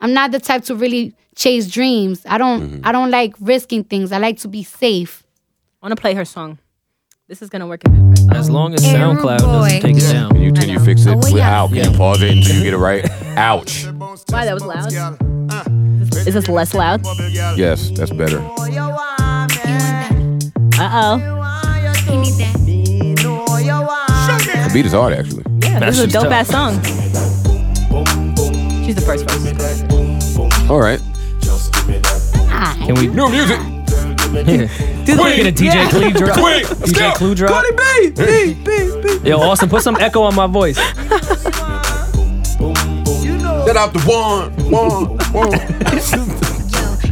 I'm not the type to really chase dreams. I don't I don't like risking things. I like to be safe.
I want to play her song. This is gonna work. In my
As long as SoundCloud doesn't take it down.
Can you, can you fix it?
Oh,
We're
yeah.
out. Can't pause it until you get it right. Ouch.
Why that was loud? Is this less loud? Uh
Yes, that's better.
oh.
The beat is hard, actually.
Yeah, this is a
That's just
dope
tough.
ass song. She's the first person.
All right.
Can we?
New music.
Dude, we're gonna DJ Clue drop.
Quick.
DJ Clue drop.
Cardi B, B, B, B.
Yo, Austin, put some echo on my voice.
Set out the one, one, one.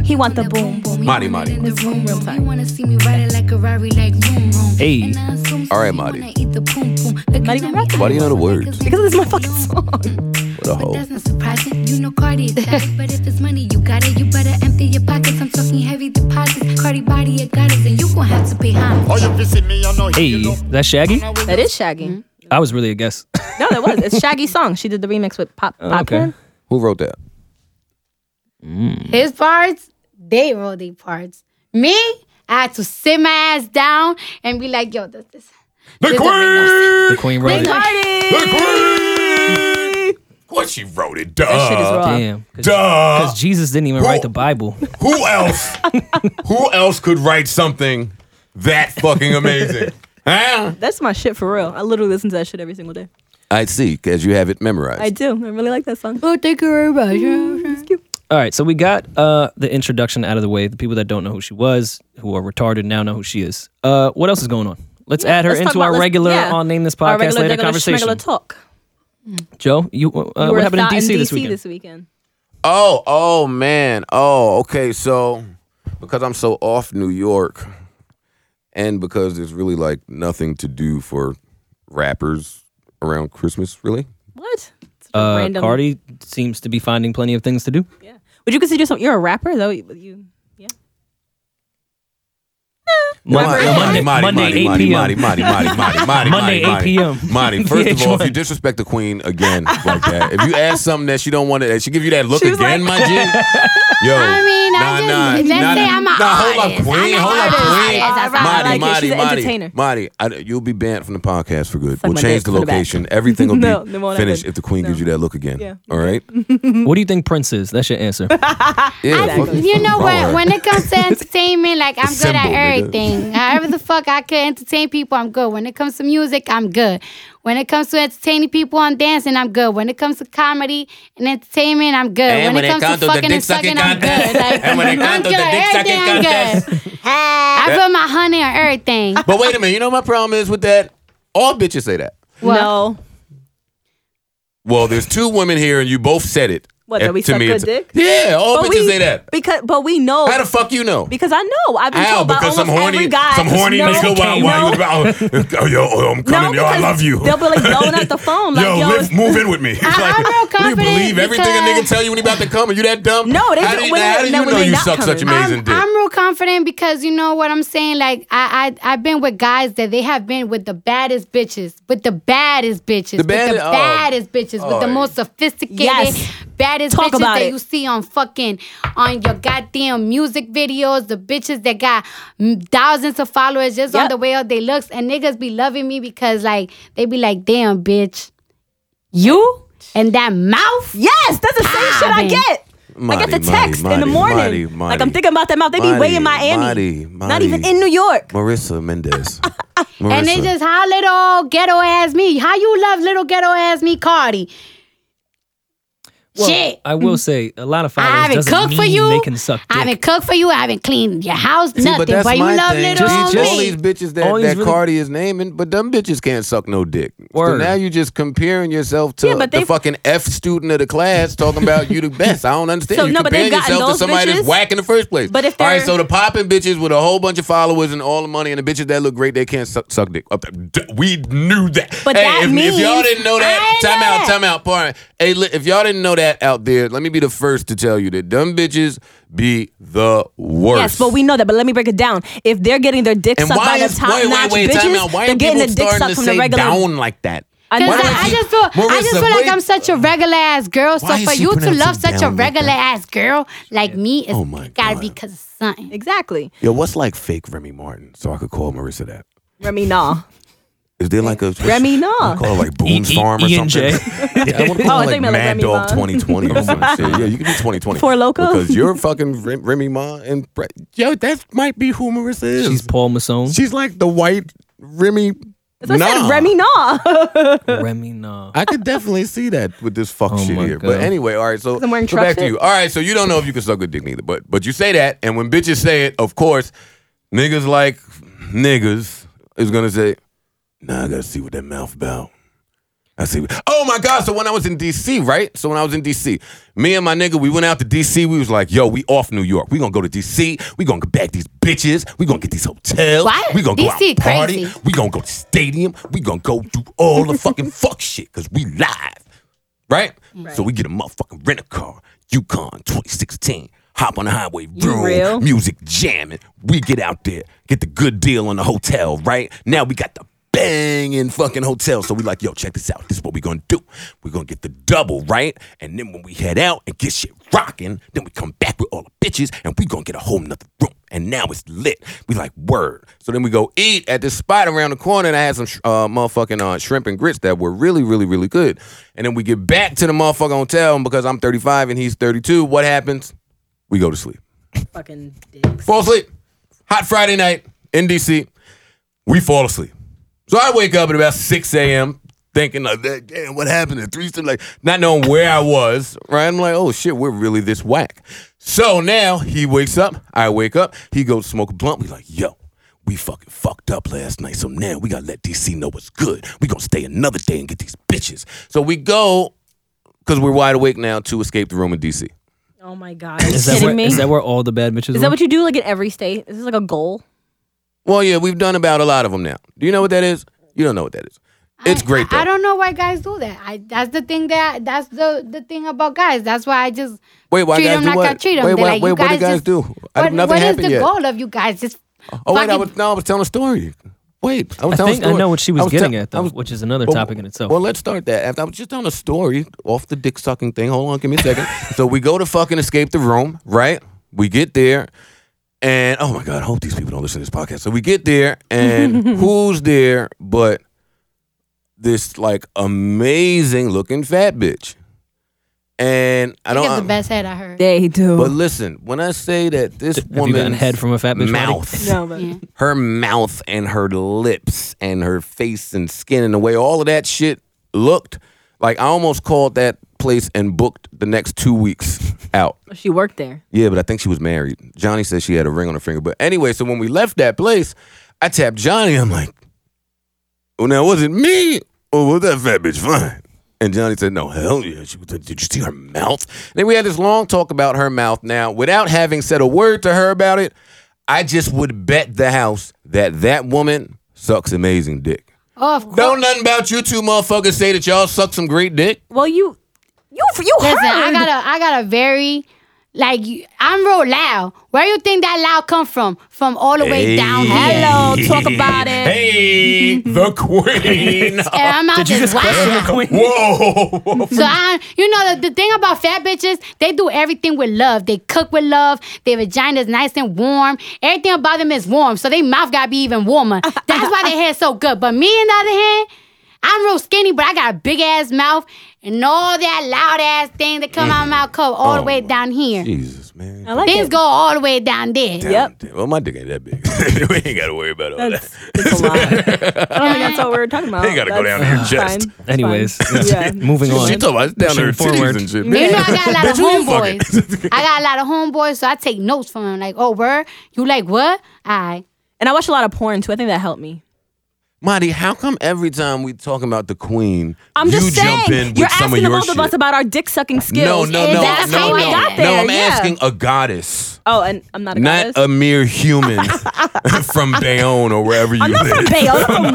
He want the boom boom.
Marty, Marty.
real time.
You wanna see me ride it like a Rari, like room, room.
Hey.
And I assume
All right, Marty.
somebody wanna eat the poom poom. Looking
Marty,
at me,
Marty.
I
Why do you know the
wanna
words?
make us
Because it's my
leave
fucking
alone.
song.
What a
But
hoe.
that's not surprising. You know Cardi is that. but if it's money, you got it. You better empty your pockets. I'm talking heavy deposits. Cardi body, a goddess, and you gon' have to pay homage.
Hey, that Shaggy?
That is Shaggy.
I was really a guess.
Mm-hmm. No, that was. It's Shaggy's song. She did the remix with Pop Popcorn.
Who wrote that?
His parts, they roll their parts. Me, I had to sit my ass down and be like, yo, this this.
The
doesn't make
The
Queen.
Queen wrote it.
The Queen. What she wrote it? Duh.
That shit is raw.
Damn.
Duh.
Because Jesus didn't even write the Bible.
Who else? who else could write something that fucking amazing? huh?
That's my shit for real. I literally listen to that shit every single day.
I see, because you have it memorized.
I do. I really like that song.
Oh, thank you very much.
All right, so we got uh, the introduction out of the way. The people that don't know who she was, who are retarded, now know who she is. Uh, what else is going on? Let's add her
Let's talk
into
about-
our
let's-
regular
yeah.
on Name This
Our
Podcast
regular,
Later
regular
conversation.
schmegular talk.
Joe, you, uh,
You were
what happened in
thought
DC, this weekend?
weekend?
Oh, oh man. Oh, okay. So because I'm so off New York and because there's really like nothing to do for rappers around Christmas, really?
What? It's
Uh, Cardi seems to be finding plenty of things to do.
Yeah. Would you consider yourself? You're a rapper though. You. you yeah.
uh, Monday, Monday,
Monty,
Monday, 8
Monty,
p.m.
Monty, Monty, Monty, Monty, Monty,
Monday,
Monty,
8 p.m..
Monty. Monty, first of all, if
VH1.
you disrespect the queen again like that, if you ask something that she don't want to, she give you that look
She was
again, my G. Yo,
I mean, I just- let's say I'm a
nah, hold up,
artist.
queen,
I'm a
hold up,
artist.
queen.
Artist, that's how
Marty,
like
I
it.
Marty,
She's an
Marty,
entertainer.
Marty, I, you'll be banned from the podcast for good.
Suck
We'll
my
change
dick
the
from the back.
location. Everything will be
No, it won't happen.
finished if the queen gives you that look again.
Yeah.
All right?
What do you think Prince is? That's your answer.
Yeah, fuck you.
You know
Wrong with her.
what? When it comes to entertainment, like I'm
It's
good
simple,
at
nigga.
everything. However the fuck I could entertain people, I'm good. When it comes to music, I'm good. When it comes to entertaining people on dancing, I'm good. When it comes to comedy and entertainment, I'm good.
And when it
comes
comes to the
to fucking
dick
and sucking,
sucking
I'm
contest.
good. Like,
And when it comes
I'm
to
good.
the dick
Everything,
sucking
I'm good. I put my honey on everything.
But wait a minute, you know what my problem is with that? All bitches say that.
No.
Well, there's two women here, and you both said it.
What,
Eh,
that we
to
suck
me,
good
it's-
dick?
Yeah, all bitches say that.
Because, but we know.
How the fuck you know?
because I know. I've been
How?
told by
Because some
almost
horny,
every guy.
some horny
no,
nigga. Wow, wow,
no,
you was about, oh, yo, oh, I'm coming, yo, I
because
love you.
They'll be like blowing out the phone. Like,
yo,
yo,
live,
it's-
move in with me. It's
I'm real
what do you
confident
believe everything a nigga
because-
tell you when he about to come? Are you that dumb?
No, they
how
do-
do you,
when they-
how do you
no, when
know
they
you
not
suck such
coming.
amazing
I'm,
dick?
I'm real confident because you know what I'm saying. Like I, I I've been with guys that they have been with the baddest bitches, with the baddest bitches,
The
with
baddest-
the
oh.
baddest bitches, with
Oh,
the
yeah.
most sophisticated,
Yes.
baddest
Talk
bitches
about
that
it.
you see on fucking on your goddamn music videos. The bitches that got mm, thousands of followers just on
Yep.
the way of they looks, and niggas be loving me because like they be like, damn bitch, you and that mouth.
yes, that's the same
Ah,
shit I
man.
get. I get the
Marty,
text
Marty,
in the morning.
Marty,
like
Marty.
I'm thinking about that mouth. They be way in
Marty,
Miami,
Marty,
not
Marty.
even in New York.
Marissa Mendez.
And they just how little ghetto ass me. How you love little ghetto ass me, Cardi? shit.
I will say a lot of
I
fathers
haven't
doesn't
cooked
mean
for you.
they can suck dick.
I haven't cooked for you. I haven't cleaned your house. nothing. But, you love little
Just,
old
just all
me.
these bitches that,
All these
that
really-
Cardi is naming, but them bitches can't suck no dick. So
Word.
now you just comparing yourself to
Yeah, but
the
they-
fucking F student of the class talking about you the best. I don't understand.
So,
you
no, but they've
comparing
gotten
yourself to
those
somebody that's
bitches.
whack in the first place.
But if
all right,
they're-
so the popping bitches with a whole bunch of followers and all the money and the bitches that look great, they can't suck, suck dick. Up there. D- We knew that.
But
hey,
that
if, if y'all
means-
didn't know that,
I
time
know
out,
that.
time out. Pardon. Hey, li- if y'all didn't know that out there, let me be the first to tell you that dumb bitches be the worst.
Yes, but we know that. But let me break it down. If they're getting their dick
And
sucked
why
by the
is
top
wait,
notch
wait, wait, time out.
bitches,
Why
they're
are
getting
people
their dick
starting
sucked
to
from
say
the regular.
down like that?
I
Cause
know.
Why
I,
don't
I
you-
just feel, I just
Marissa,
feel like
wait.
I'm such a regular ass
Why
girl. So
is
for
she
you to
pronouncing
love such a
down like
regular ass girl like me, it's
Oh my
gotta
God.
be because of something.
Exactly.
Yo, what's like fake Remy Martin? So I could call Marissa that.
Remy, nah.
Is there like a
Remy, nah.
I call it like Boone's
E- E-
Farm or
E&J.
something. yeah, I want to
Oh,
call
I
it like
think they're like
Mad
Remy Ma.
Dog 2020 or something. shit. Yeah, you can do 2020.
Four Loko?
Because you're fucking Re- Remy Ma and Bre- yo, that might be who Marissa is.
She's Paul Masson.
She's like the white Remy.
So I said
Nah.
Remy, nah.
Remy, nah.
I could definitely see that with this fuck
Oh
shit
my
here.
God.
But anyway, all right. So
I'm wearing
so back
truck
to
shit.
you. All right. So you don't know if you can suck a dick neither, but but you say that, and when bitches say it, of course, niggas like niggas is gonna say, "Nah, I gotta see what that mouth about." I see. what- Oh my God! So when I was in DC, right? So when I was in DC, me and my nigga, we went out to DC. We was like, "Yo, we off New York. We gonna go to DC. We gonna get back these bitches. We gonna get these hotels.
What?
We gonna go out
DC
and party.
crazy.
We gonna go to stadium. We gonna go do all the fucking fuck shit because we live, right? So we get a motherfucking rent a car, Yukon 2016. Hop on the highway, vroom,
real?
music jamming. We get out there, get the good deal on the hotel, right? Now we got the banging fucking hotel. So we like, yo, check this out. This is what we gonna do. we gonna get the double, right? And then when we head out and get shit rocking, then we come back with all the bitches and we gonna get a whole nother room. And now it's lit. We like, word. So then we go eat at this spot around the corner and I had some sh- uh, motherfucking uh, shrimp and grits that were really, really, really good. And then we get back to the motherfucking hotel and because I'm 35 and he's 32, what happens? We go to sleep.
Fucking dicks.
Fall asleep. Hot Friday night in DC. We fall asleep. So I wake up at about 6 a.m. thinking, like, "That- damn, what happened at 3? Like, not knowing where I was, right? I'm like, oh shit, we're really this whack. So now he wakes up. I wake up. He goes smoke a blunt. We like, yo, we fucking fucked up last night. So now we gotta let DC know what's good. We gonna stay another day and get these bitches. So we go, because we're wide awake now, to escape the room in DC.
Oh my god. Are you
Is that,
kidding
where,
me?
is that where all the bad bitches
Is
were?
that what you do like in every state? Is this like a goal?
Well, yeah, we've done about a lot of them now. Do you know what that is? You don't know what that is. It's
I-
great though.
I, I don't know why guys do that. I that's the thing that that's the the thing about guys. That's why I just
Wait, why
treat
guys
them
do
like I
what?
treat them.
Wait,
They're
why-
like,
wait,
you
what do
guys
guys
just-
do? I-
What,
nothing
what is
happened
the
yet.
goal of you guys? Just
oh wait, I
fucking-
was no, I was telling a story. Wait, I was telling
I think
a story.
I know what she was,
was
getting
tell-
at,
I
though,
was-
which is another
well,
topic in itself.
Well, let's start that. After I was just telling a story off the dick sucking thing. Hold on, give me a second. so we go to fucking escape the room, right? We get there, and oh my god, I hope these people don't listen to this podcast. So we get there, and who's there but this like amazing looking fat bitch? And I
They
don't
give the best head I heard.
They
But
do.
listen, when I say that this
you gotten
woman's
head from a fat bitch, Roddy?
mouth,
No, but
Yeah.
her mouth and her lips and her face and skin and the way all of that shit looked, like I almost called that place and booked the next two weeks out.
she worked there.
Yeah, but I think she was married. Johnny said she had a ring on her finger. But anyway, so when we left that place, I tapped Johnny. I'm like, well, now was it me or was that fat bitch fine? And Johnny said, no, hell yeah. She was, did you see her mouth? then we had this long talk about her mouth. Now, without having said a word to her about it, I just would bet the house that that woman sucks amazing dick.
Oh, of course.
Don't nothing about you two motherfuckers say that y'all suck some great dick.
Well, you, you, you heard.
Listen, I got a I got a very like you- I'm real loud. Where you think that loud come from? From all the way down here.
Hello, talk about it.
Hey, the queen.
And I'm out this wild.
Whoa!
So I, you know, the, the thing about fat bitches, they do everything with love. They cook with love. Their vagina's nice and warm. Everything about them is warm, so their mouth gotta be even warmer. That's why their hair's so good. But me, on the other hand, I'm real skinny, but I got a big ass mouth and all that loud ass thing that come out of my mouth, come all the way down here.
Oh Jesus, man.
I like
Things
it.
go all the way down there.
Damn,
Yep.
damn. Well, my dick ain't that big. we ain't got to worry about all
That's,
that.
that's a lot. I don't think that's what we were talking about.
They gotta go down
That's
to your
fine.
chest.
It's fine.
Anyways,
yeah.
moving on.
She talking about it's down
Pushing
there titties
forward.
and shit.
You know I got a lot
Bitch,
of
who you
homeboys. I got a lot of homeboys, so I take notes from them. Like, oh, where you like what? I
And I watch a lot of porn too. I think that helped me.
Marty, how come every time we talking about the queen,
I'm
you
just saying.
jump in with
you're
some of
asking
your
both
shit?
of us about our dick sucking
no,
skills.
no,
And
no,
that's
no,
how
no.
I got
no,
there,
I'm
yeah.
asking a goddess,
Oh, and I'm not a
not
goddess.
a mere human from Bayonne or wherever you
I'm not
live.
from Bayonne. I'm from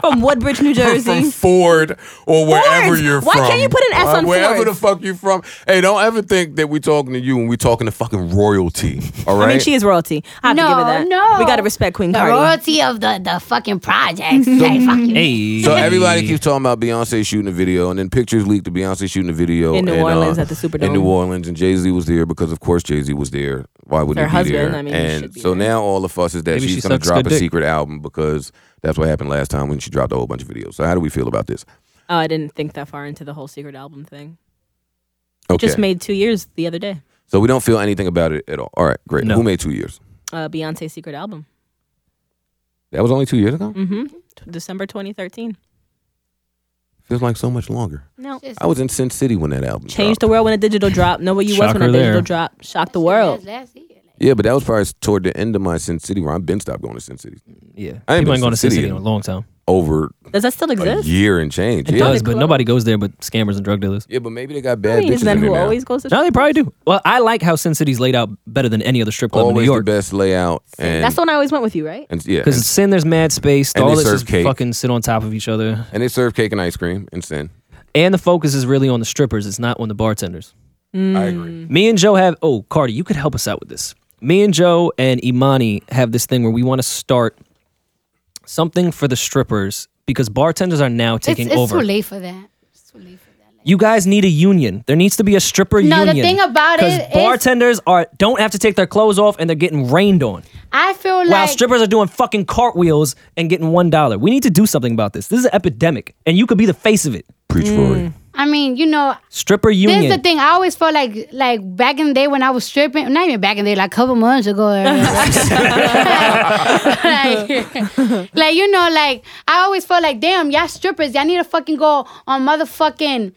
from Woodbridge, New
from
Jersey.
Ford or wherever
Fords.
you're
Why
from.
can't you put an S
Uh,
on
Wherever
Fords?
the fuck you from. Hey, don't ever think that we're talking to you when we're talking to fucking royalty. All right.
I mean, she is royalty. I have
no,
to give her that.
no.
We gotta respect Queen
the
Cardi.
royalty of the the fucking projects. like, fucking.
Hey.
so everybody keeps talking about Beyonce shooting a video, and then pictures leaked of Beyonce shooting a video
In New
and, uh,
Orleans at the Superdome.
In New Orleans, and Jay Z was there because, of course, Jay Z was there. Why wouldn't
Her
he be
husband,
there?
I mean, he should
and
be
so
there.
now all the fuss is that
Maybe
she's
she
going to
sucks
drop
good
a
dick.
secret album because that's what happened last time when she dropped a whole bunch of videos. So how do we feel about this?
Oh, I didn't think that far into the whole secret album thing.
Okay,
Just made two years the other day.
so we don't feel anything about it at all. All right, great.
No.
Who made two years?
Uh, Beyonce's secret album.
That was only two years ago.
Mm-hmm. T- December 2013.
Feels like so much longer.
No.
I was in Sin City when that album
Change the
dropped.
world when a digital drop. Know where you was
Shocker
when a digital
there.
drop. Shock the world.
Last year, like-
Yeah, but that was probably toward the end of my Sin City where I've been stopped going to Sin City I
Yeah.
ain't
People
been
ain't going to Sin
to
City
City
in a long time.
over
Does that still
a
exist?
year and change.
It
Oh, yeah.
does, but
club.
nobody goes there but scammers and drug dealers.
Yeah, but maybe they got
I
bad
mean,
bitches
isn't that
in there
who
now.
always goes to?
No, they probably do. Well, I like how Sin City's laid out better than any other strip club
Always
in New York.
the best layout and
That's the one I always went with you, right?
and yeah,
Because
and,
Sin, there's mad space.
And they
All this
serve
is
cake.
fucking sit on top of each other.
and they serve cake and ice cream and sin.
And the focus is really on the strippers. It's not on the bartenders.
I agree.
Me and Joe have. Oh, Cardi, you could help us out with this. Me and Joe and Imani have this thing where we want to start something for the strippers because bartenders are now taking
it's, it's
over.
too late for that. It's too late for that. Like,
You guys need a union. There needs to be a stripper
No,
union.
the thing about it
Because
is-
bartenders are don't have to take their clothes off and they're getting rained on.
I feel like
while strippers are doing fucking cartwheels and getting one dollar. We need to do something about this. This is an epidemic, and you could be the face of it.
Preach for it.
I mean, you know,
Stripper union.
This is the thing. I always felt like like back in the day when I was stripping, not even back in the day, like a couple months ago. or- like, like, you know, like I always felt like, damn, y'all strippers, y'all need to fucking go on motherfucking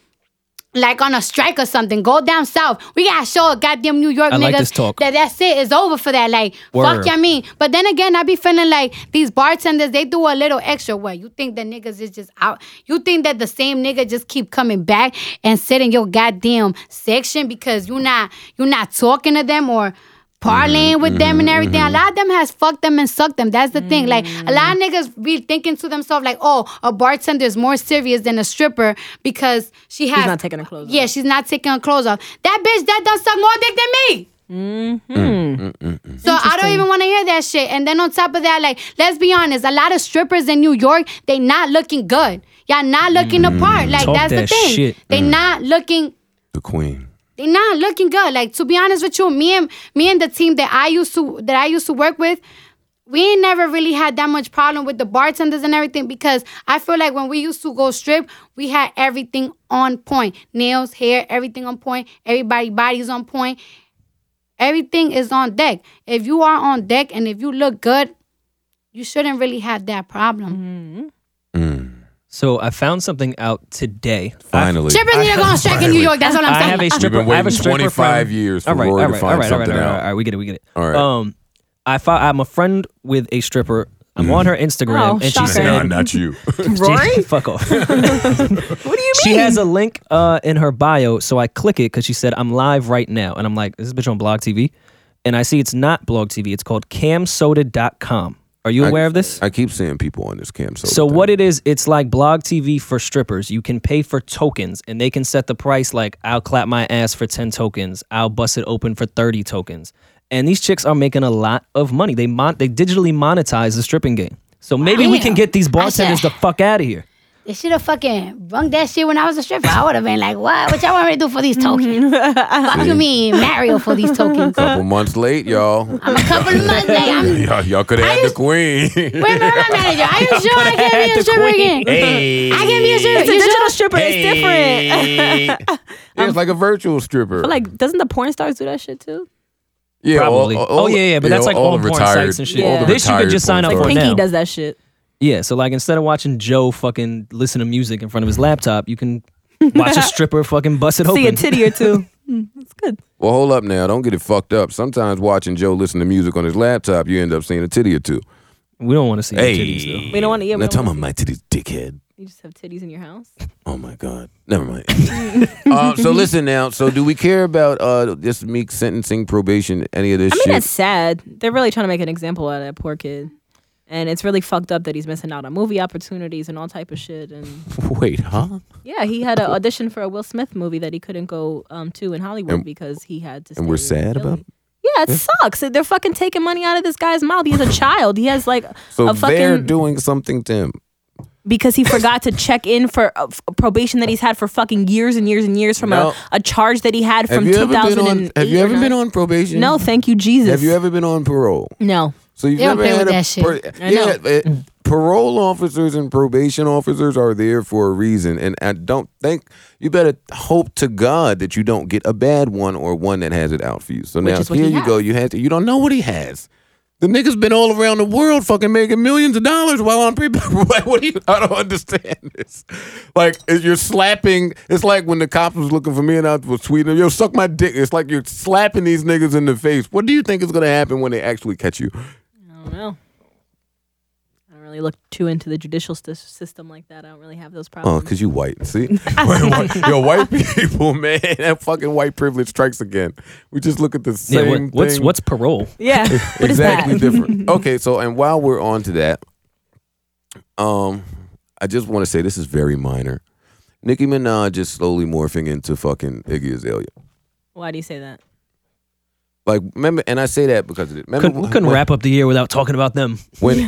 like on a strike or something. Go down south. We gotta show a goddamn New York
I
niggas
like this talk.
that that's it. It's over for that. Like
Word.
fuck y'all mean. But then again, I be feeling like these bartenders they do a little extra. What you think the niggas is just out? You think that the same nigga just keep coming back and sit in your goddamn section because you not you not talking to them or. Parlaying with them and everything. A lot of them has fucked them and sucked them. That's the thing. Like a lot of
Mm.
niggas be thinking to themselves, like, oh, a bartender is more serious than a stripper because she has
not taking her clothes
Yeah,
off.
she's not taking her clothes off. That bitch that done suck more dick than me. So I don't even want to hear that shit. And then on top of that, like, let's be honest, a lot of strippers in New York, they not looking good. Y'all not looking the part. Like
Mm. Talk
that's the
that
thing.
shit. mm.
They not looking
The queen.
they not looking good. Like to be honest with you, me and me and the team that I used to that I used to work with, we ain't never really had that much problem with the bartenders and everything because I feel like when we used to go strip, we had everything on point. Nails, hair, everything on point. Everybody body's on point. Everything is on deck. If you are on deck and if you look good, you shouldn't really have that problem.
so I found something out today.
Finally.
Strippers need to go on strike in New York. That's all
I,
I'm
I
saying.
have a stripper.
been
I have a
waiting
stripper
25
friend.
years for Rory to find something out.
all right, we get it, we get it.
All right.
Um, I fo- I'm a friend with a stripper.
Mm-hmm.
I'm on her Instagram,
Oh,
and she
shocker.
said,
Nah, not you.
Rory?
"Fuck off."
What do you mean?
she has a link uh, in her bio, so I click it because she said I'm live right now, and I'm like, "Is this bitch on Blog TV?" And I see it's not Blog TV; it's called CamSoda.com. Are you aware of this?
I keep seeing people on this camp. So,
So what it is, it's like blog TV for strippers. You can pay for tokens and they can set the price like I'll clap my ass for 10 tokens, I'll bust it open for 30 tokens. And these chicks are making a lot of money. They mon- they digitally monetize the stripping game. So maybe
Oh,
we can
Damn.
get these
I should-
bartenders the fuck out of here.
They should have fucking brung that shit when I was a stripper. I would have been like, what? What y'all want me to do for these tokens?
Mm-hmm.
Fuck you mean Mario for these tokens.
couple months late, y'all.
I'm a couple of months late. I'm
y'all, y'all could have
I
had the
used-
queen.
Wait a minute, my manager. Are you sure I can't be a stripper again? I can't be a stripper.
It's a
You
digital
sure?
stripper. It's different.
Yeah, it's like a virtual stripper.
But like, doesn't the porn stars do that shit too?
yeah,
Probably. oh yeah, yeah, but that's like all,
the
porn
retired,
sites and shit.
all the
Yeah.
This you
retired
could just
porn
sign up
stars.
for
Pinky
now.
does that shit.
Yeah, so like instead of watching Joe fucking listen to music in front of his laptop, you can watch a stripper fucking bust it open.
See a titty or two. Mm, That's good.
Well, hold up now. Don't get it fucked up. Sometimes watching Joe listen to music on his laptop, you end up seeing a titty or two.
we don't want to see
Hey,
hey. titties
We don't want to. Yeah, we
now
don't
tell
wanna
me my titties, dickhead.
see- You just have titties in your house.
Oh my God. Never mind. uh, so listen now. So do we care about uh, this meek sentencing, probation, any of this
I mean,
shit?
that's sad. They're really trying to make an example out of that poor kid. And it's really fucked up that he's missing out on movie opportunities and all type of shit. And
Wait, huh?
yeah, he had an audition for a Will Smith movie that he couldn't go um, to in Hollywood
And-
because he had to.
and we're
stay in
sad
Philly.
about it?
Yeah, it sucks. They're fucking taking money out of this guy's mouth. He's a child. He has like
So
a
they're
fucking
doing something to him.
because he forgot to check in for uh, f- probation that he's had for fucking years and years and years from
No.
a, a charge that he had from
Have you ever been
2008.
on? Have you
or
ever been
nine.
on probation?
No, thank you, Jesus.
Have you ever been on parole?
No.
So you've
They don't
never
play
had
with
a
that shit.
I
yeah. uh, parole officers and probation officers are there for a reason, and I don't think you better hope to God that you don't get a bad one or one that has it out for you. So now
is what
here
he
you go.
has.
You had to. You don't know what he has. The nigga's been all around the world fucking making millions of dollars while on people. like, what do you, I don't understand this. Like, if you're slapping, it's like when the cops was looking for me and I was tweeting, yo, suck my dick. It's like you're slapping these niggas in the face. What do you think is going to happen when they actually catch you?
I don't know. I don't really look too into the judicial sys- system like that. I don't really have those
Oh,
problems.
cause you white. See, yo, white people, man, that fucking white privilege strikes again. We just look at the
though.
same
Yeah, what, what's
thing.
what's parole?
yeah. What is
exactly
that?
different. Okay, so and while we're on to that, um, I just want to say this is very minor. Nicki Minaj is slowly morphing into fucking Iggy Azalea.
Why do you say that?
Like, remember, and I say that because of it. Remember
Couldn't, we couldn't
when-
wrap up the year without talking about them.
when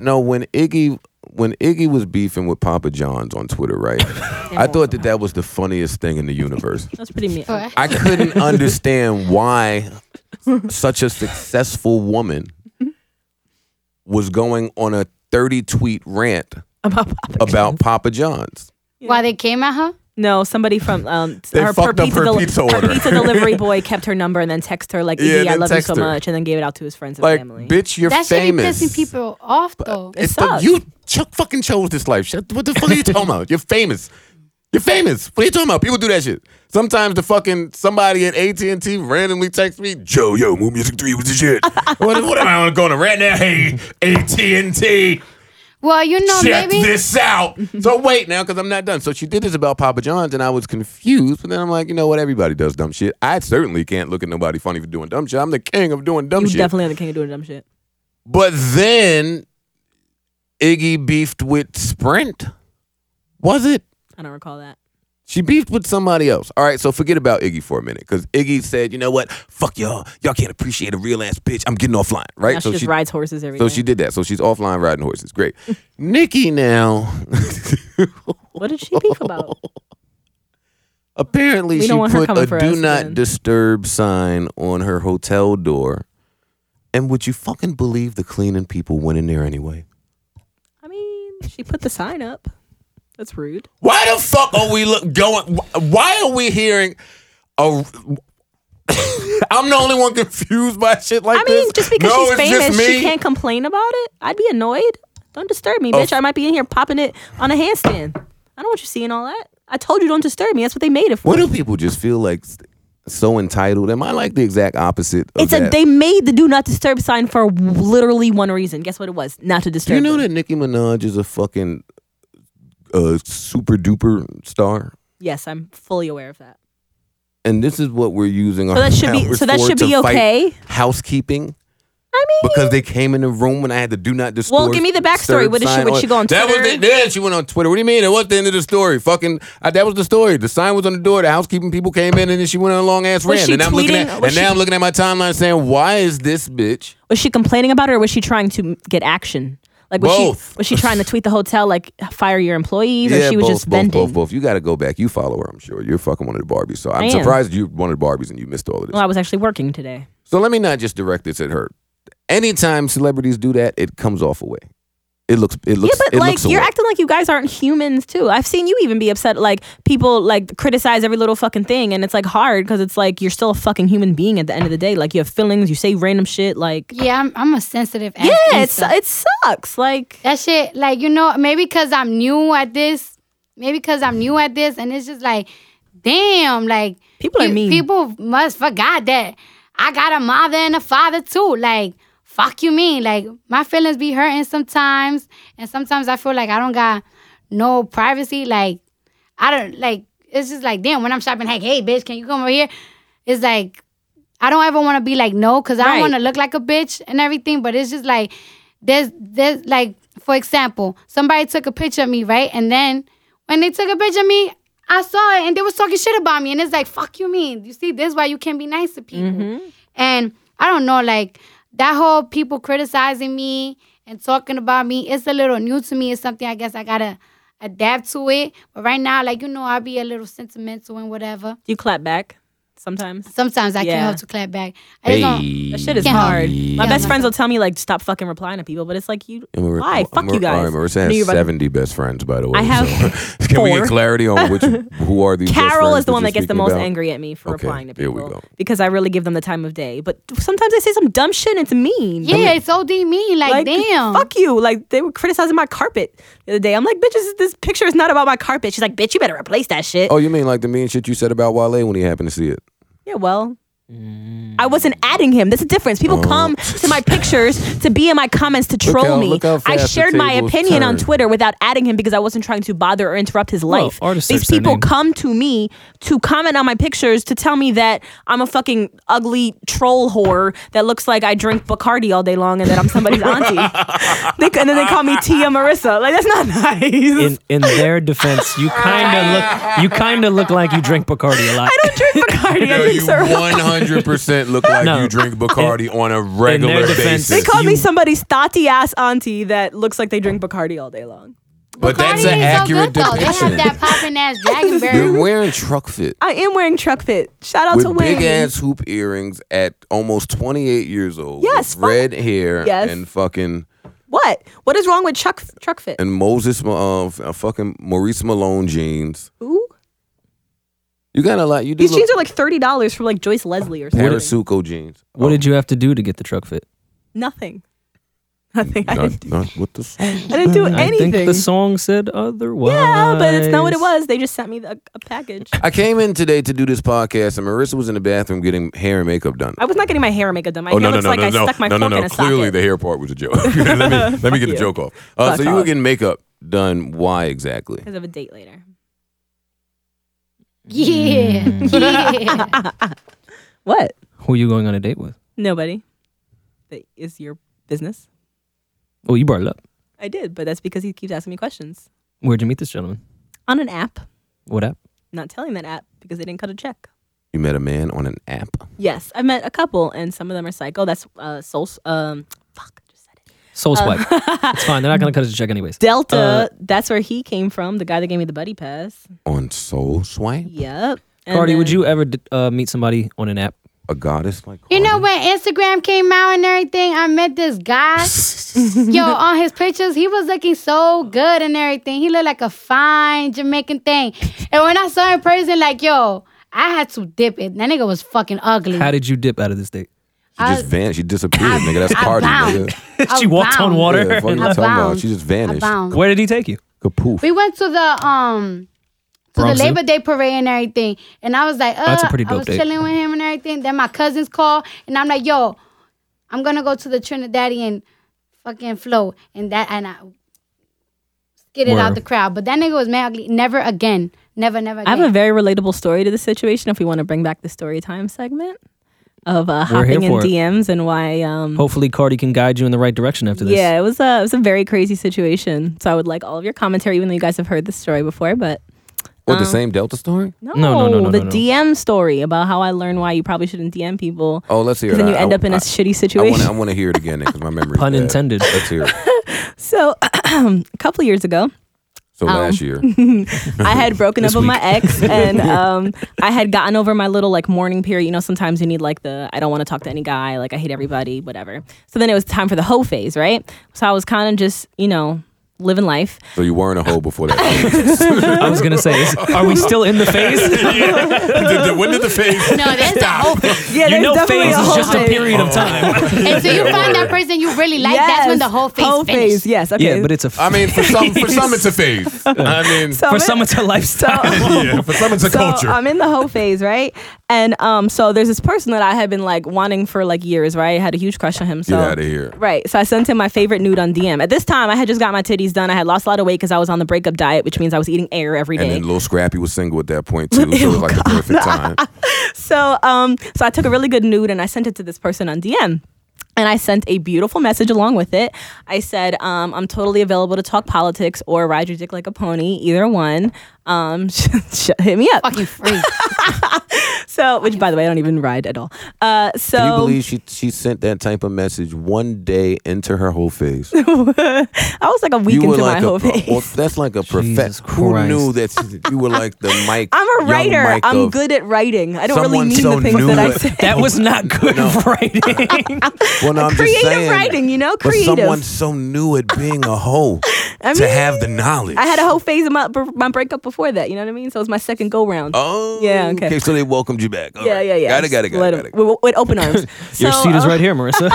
no when Iggy when Iggy was beefing with Papa John's on Twitter, right? I thought that that was the funniest thing in the universe.
That's pretty mean.
Alright.
I couldn't understand why such a successful woman was going on a 30 tweet rant
About Papa.
about Papa John's.
Why they came at her?
No, somebody from um,
They
her,
fucked up her
deli-
pizza order.
pizza delivery boy kept her number and then text her like,
Yeah,
"Iggy, I
then
love you
text
so
her.
much," and then gave it out to his friends and
Like,
family.
bitch, you're
That
famous.
should be pissing people off though.
It's
It
the,
sucks.
you ch- fucking chose this life. Shut- What the fuck are you talking about? You're famous. You're famous. What are you talking about? People do that shit. Sometimes the fucking somebody at AT and T randomly texts me, "Joe, yo, Moo Music Three was the shit." what, what am I going to rant now? Hey, AT and T,
Well, you know,
check
maybe
this out. so wait now, because I'm not done. So she did this about Papa John's, and I was confused. But then I'm like, you know what? Everybody does dumb shit. I certainly can't look at nobody funny for doing dumb shit. I'm the king of doing dumb
you
shit.
definitely are the king of doing dumb shit.
But then Iggy beefed with Sprint. Was it?
I don't recall that.
She beefed with somebody else. All right, so forget about Iggy for a minute because Iggy said, you know what? Fuck y'all. Y'all can't appreciate a real ass bitch. I'm getting offline, right?
Now she
so
just rides horses every day.
so she did that. So she's offline riding horses. Great. Nikki now,
What did she beef about?
apparently
We
she
don't want her
put
coming
a
for
do
us,
not
man.
disturb sign on her hotel door. And would you fucking believe the cleaning people went in there anyway?
I mean, she put the sign up. That's rude.
Why the fuck are we look going? wh- Why are we hearing? A, I'm the only one confused by shit like
I
this.
mean, just because
No,
she's
it's just
famous, she
me.
can't complain about it. I'd be annoyed. Don't disturb me, bitch. I might be in here popping it on a handstand. I don't want you seeing all that. I told you don't disturb me. That's what they made it for.
What do people just feel like s- so entitled? Am I like the exact opposite? Of
it's
that?
a they made the do not disturb sign for literally one reason. Guess what it was? Not to
Do
disturb.
you know
them.
that Nicki Minaj is a fucking uh, super duper star?
Yes, I'm fully aware of that.
And this is what we're using.
So that should be- so that should be okay?
Housekeeping.
I mean,
because they came in the room and I had to do not disturb.
Well, give me the backstory. What did she-
sign
what she go on
That was
Twitter?
the, yeah, she went on Twitter. What do you mean? It was the end of the story. Fucking, I, that was the story. The sign was on the door. The housekeeping people came in and then she went on a long ass
Was
rant.
she
And, I'm looking
tweeting?
at,
Was
and now
she-
I'm looking at my timeline saying, why is this bitch?
was she complaining about it or was she trying to m- get action? Like was
Both.
she was she trying to tweet the hotel like fire your employees or she was
both,
just
both,
venting?
both, both. You got to go back. You follow her, I'm sure. You're fucking one of the Barbies. So I'm
I am.
surprised you one of the Barbies and you missed all of this.
Well, I was actually working today.
So let me not just direct this at her. Anytime celebrities do that, it comes off away. It looks it looks
yeah, but
it
like
looks a
you're
way.
acting like you guys aren't humans too. I've seen you even be upset. Like people like criticize every little fucking thing, and it's like hard because it's like you're still a fucking human being at the end of the day. Like you have feelings. You say random shit. Like
Yeah, I'm, I'm a sensitive. ass
yeah, it's,
Insta.
it sucks. Like
that shit. Like you know, maybe because I'm new at this, maybe because I'm new at this, and it's just like, damn, like
People are
pe-
mean.
People must forgot that I got a mother and a father too. Like fuck you mean? Like my feelings be hurting sometimes, and sometimes I feel like I don't got no privacy. Like I don't like. It's just like damn. When I'm shopping, like hey bitch, can you come over here? It's like I don't ever want to be like no, cause I
Right.
don't want to look like a bitch and everything. But it's just like there's there's like for example, somebody took a picture of me, right? And then when they took a picture of me, I saw it and they was talking shit about me, and it's like fuck you mean. You see, this is why you can't be nice to people.
Mm-hmm.
And I don't know, like that whole people criticizing me and talking about me, it's a little new to me. It's something I guess I gotta adapt to it. But right now, like you know, I'll be a little sentimental and whatever.
you clap back sometimes.
Sometimes I
Yeah.
can't help to clap back. I just don't-
That shit is
Can't help
hard.
it.
My
Yeah,
best
my-
friends will tell me like stop fucking replying to people, but it's like you
And we're-
why
I'm-
fuck you
I'm-
guys.
All right, Marissa
Knew you
has
were about-
70 best friends, by the way.
I have
so- Can we get
four.
clarity on which, who are these best
Carol
friends
is the one that
you're
gets the
speaking
most
about?
angry at me for
Okay,
replying to
there we
people
go.
because I really give them the time of day. But sometimes they say some dumb shit and it's mean.
Yeah, it's OD mean. Like, damn.
Fuck you. Like they were criticizing my carpet the other day. I'm like, bitch, this, this picture is not about my carpet. She's like, bitch, you better replace that shit.
Oh, you mean like the mean shit you said about Wale when he happened to see it?
Yeah, well. I wasn't adding him. That's the difference. People come to my pictures to be in my comments to troll
how-
me.
Oh. look how
I
fast the
shared my
tables
opinion on
turned.
Twitter without adding him because I wasn't trying to bother or interrupt his life.
artists
These
search their
people
name.
come to me to comment on my pictures to tell me that I'm a fucking ugly troll whore that looks like I drink Bacardi all day long and that I'm somebody's auntie. they, and then they call me Tia Marissa. Like that's not nice.
in in their defense, you kind of look you kind of look like you drink Bacardi a lot.
I don't drink Bacardi. I drink Ciroc.
100% look like
No.
you drink Bacardi on a regular
defense-
They
basis.
call me
You-
somebody's thotty ass auntie that looks like they drink Bacardi all day long.
But that's an
Cardi ain't so
accurate
good, though.
depiction.
They have that popping ass
You're
dragonberry.
wearing truck fit
I am wearing truck fit. Shout out
with
to Wayne.
big ass hoop earrings at almost 28 years old.
Yes,
with
fuck-
red hair
Yes.
and fucking
What? What is wrong with truck truck fit?
and Moses uh, f- uh, fucking Maurice Malone jeans.
Ooh,
You got a lot. You do
these
look
jeans are like thirty dollars from like Joyce Leslie or something.
Parasuco jeans.
What did you have to do to get the truck fit?
Nothing. Nothing. I
Not,
didn't, do,
Oh, not with the song.
I didn't do anything.
I think the song said otherwise.
yeah, but it's not what it was. They just sent me a, a package.
I came in today to do this podcast, and Marissa was in the bathroom getting hair and makeup done.
I was not getting my hair and makeup done. My hair looks like I stuck my
Oh, no, no,
fork
no!
in a
Clearly,
socket.
the hair part was a joke. let me let me get the
you.
joke off. Uh,
Fuck
so you were
off.
getting makeup done? Why exactly?
Because of a date later.
yeah. Yeah.
What?
Who are you going on a date with?
Nobody. That is your business.
Oh, you brought it up.
I did, but that's because he keeps asking me questions
Where'd you meet this gentleman?
on an app.
What app?
Not telling that app because they didn't cut a check.
You met a man on an app.
Yes, I've met a couple, and some of them are psycho. That's uh, soul. Um, fuck, just said it.
Soul Swipe. it's fine. They're not gonna cut us a check anyways.
Delta.
Uh,
that's where he came from. The guy that gave me the buddy pass.
On Soul Swipe,
Yep. And
Cardi, would
then-
you ever d- uh, meet somebody on an app?
a goddess like
You know
Cardi?
when Instagram came out and everything, I met this guy. Yo, on his pictures, he was looking so good and everything. He looked like a fine Jamaican thing. And when I saw him in person, like yo, I had to dip it. That nigga was fucking ugly.
How did you dip out of this date?
She just vanished. She disappeared, nigga. That's
I
Cardi,
bowed.
nigga.
she walked on
Abound.
water.
Yeah, fuck you
I
talking about?
bowed.
She just
I
vanished.
bound.
Where did he take you?
Kapoof.
We went to the um to
Bronx
the
Zoo?
Labor Day parade and everything, and I was like, uh,
That's a pretty
I
dope
was
date.
chilling with him and everything. Then my cousins call, and I'm like, yo, I'm gonna go to the Trinidadian fucking flow, and that and I get it out
Word.
the crowd. But that nigga was mad ugly. Never again. Never, never.
I
Again.
have a very relatable story to this situation. If we want to bring back the story time segment of uh,
We're here
hopping in
for it.
DMs and why. Um,
Hopefully, Cardi can guide you in the right direction after this.
yeah, it was a it was a very crazy situation. So I would like all of your commentary, even though you guys have heard this story before. But
What the same Delta story?
no,
no, no, no,
the
no, no.
DM story about how I learned why you probably shouldn't DM people.
Oh, let's hear it.
Because then you
I-
end
I-
up in a
I-
shitty
I want
situation.
to I wanna hear it again because my memory.
Pun intended.
Let's hear it.
So, a couple years ago,
So last year,
I had broken up
This
with my
week.
ex, and um, I had gotten over my little like mourning period. You know, sometimes you need like the I don't want to talk to any guy, like I hate everybody, whatever. So then it was time for the hoe phase, right? So I was kind of just you know living life.
so you weren't a hoe before that.
I was gonna say, is, are we still in the phase?
when did the phase?
No, that's the whole
Yeah,
you know, phase is just a period of time.
And so you find that person you really like, that's when the whole phase
Whole
finished.
phase, yes. Okay.
yeah, but it's a.
I mean, for some, for some, it's a phase. I mean,
So
for
I'm in-
some, it's a
so,
lifestyle.
yeah, for some it's a
so
culture.
I'm in the hoe phase, right? And um, so there's this person that I had been like wanting for like years, right? I had a huge crush on him. So
Get outta here.
Right. So I sent him my favorite nude on DM. At this time, I had just got my titties done. I had lost a lot of weight because I was on the breakup diet, which means I was eating air every
and
day.
then Lil Scrappy was single at that point too, so it was like
Oh,
the perfect time.
so um so I took a really good nude and I sent it to this person on DM. And I sent a beautiful message along with it. I said, um, I'm totally available to talk politics or ride your dick like a pony, either one. Um, sh- sh- hit me up.
Fucking free.
So, which by the way, I don't even ride at all. Uh, so,
Can you believe she she sent that type of message one day into her whole phase?
I was like a week
you
into
were like
my
a
whole
pro-
phase.
well, that's like a
Jesus
professor. Who
Christ.
knew that she- you were like the Mike?
I'm a
young
writer.
Mike
I'm
of-
good at writing. I don't really
Someone
mean
so
the things
new
that I
at-
say.
That was not good writing.
Well, no, I'm
creative
just saying,
writing, you know?
But
Creative.
someone so new at being a hoe
I
to
mean,
have the knowledge.
I had a whole phase of my, my breakup before that. You know what I mean? So it was my second go round.
Oh,
Yeah, okay.
So they welcomed you back. All
yeah,
right.
yeah, yeah.
Got it,
Just
got it, got
let
it,
'em-
got it.
with, with open arms.
Your
So,
seat is
uh,
right here, Marissa.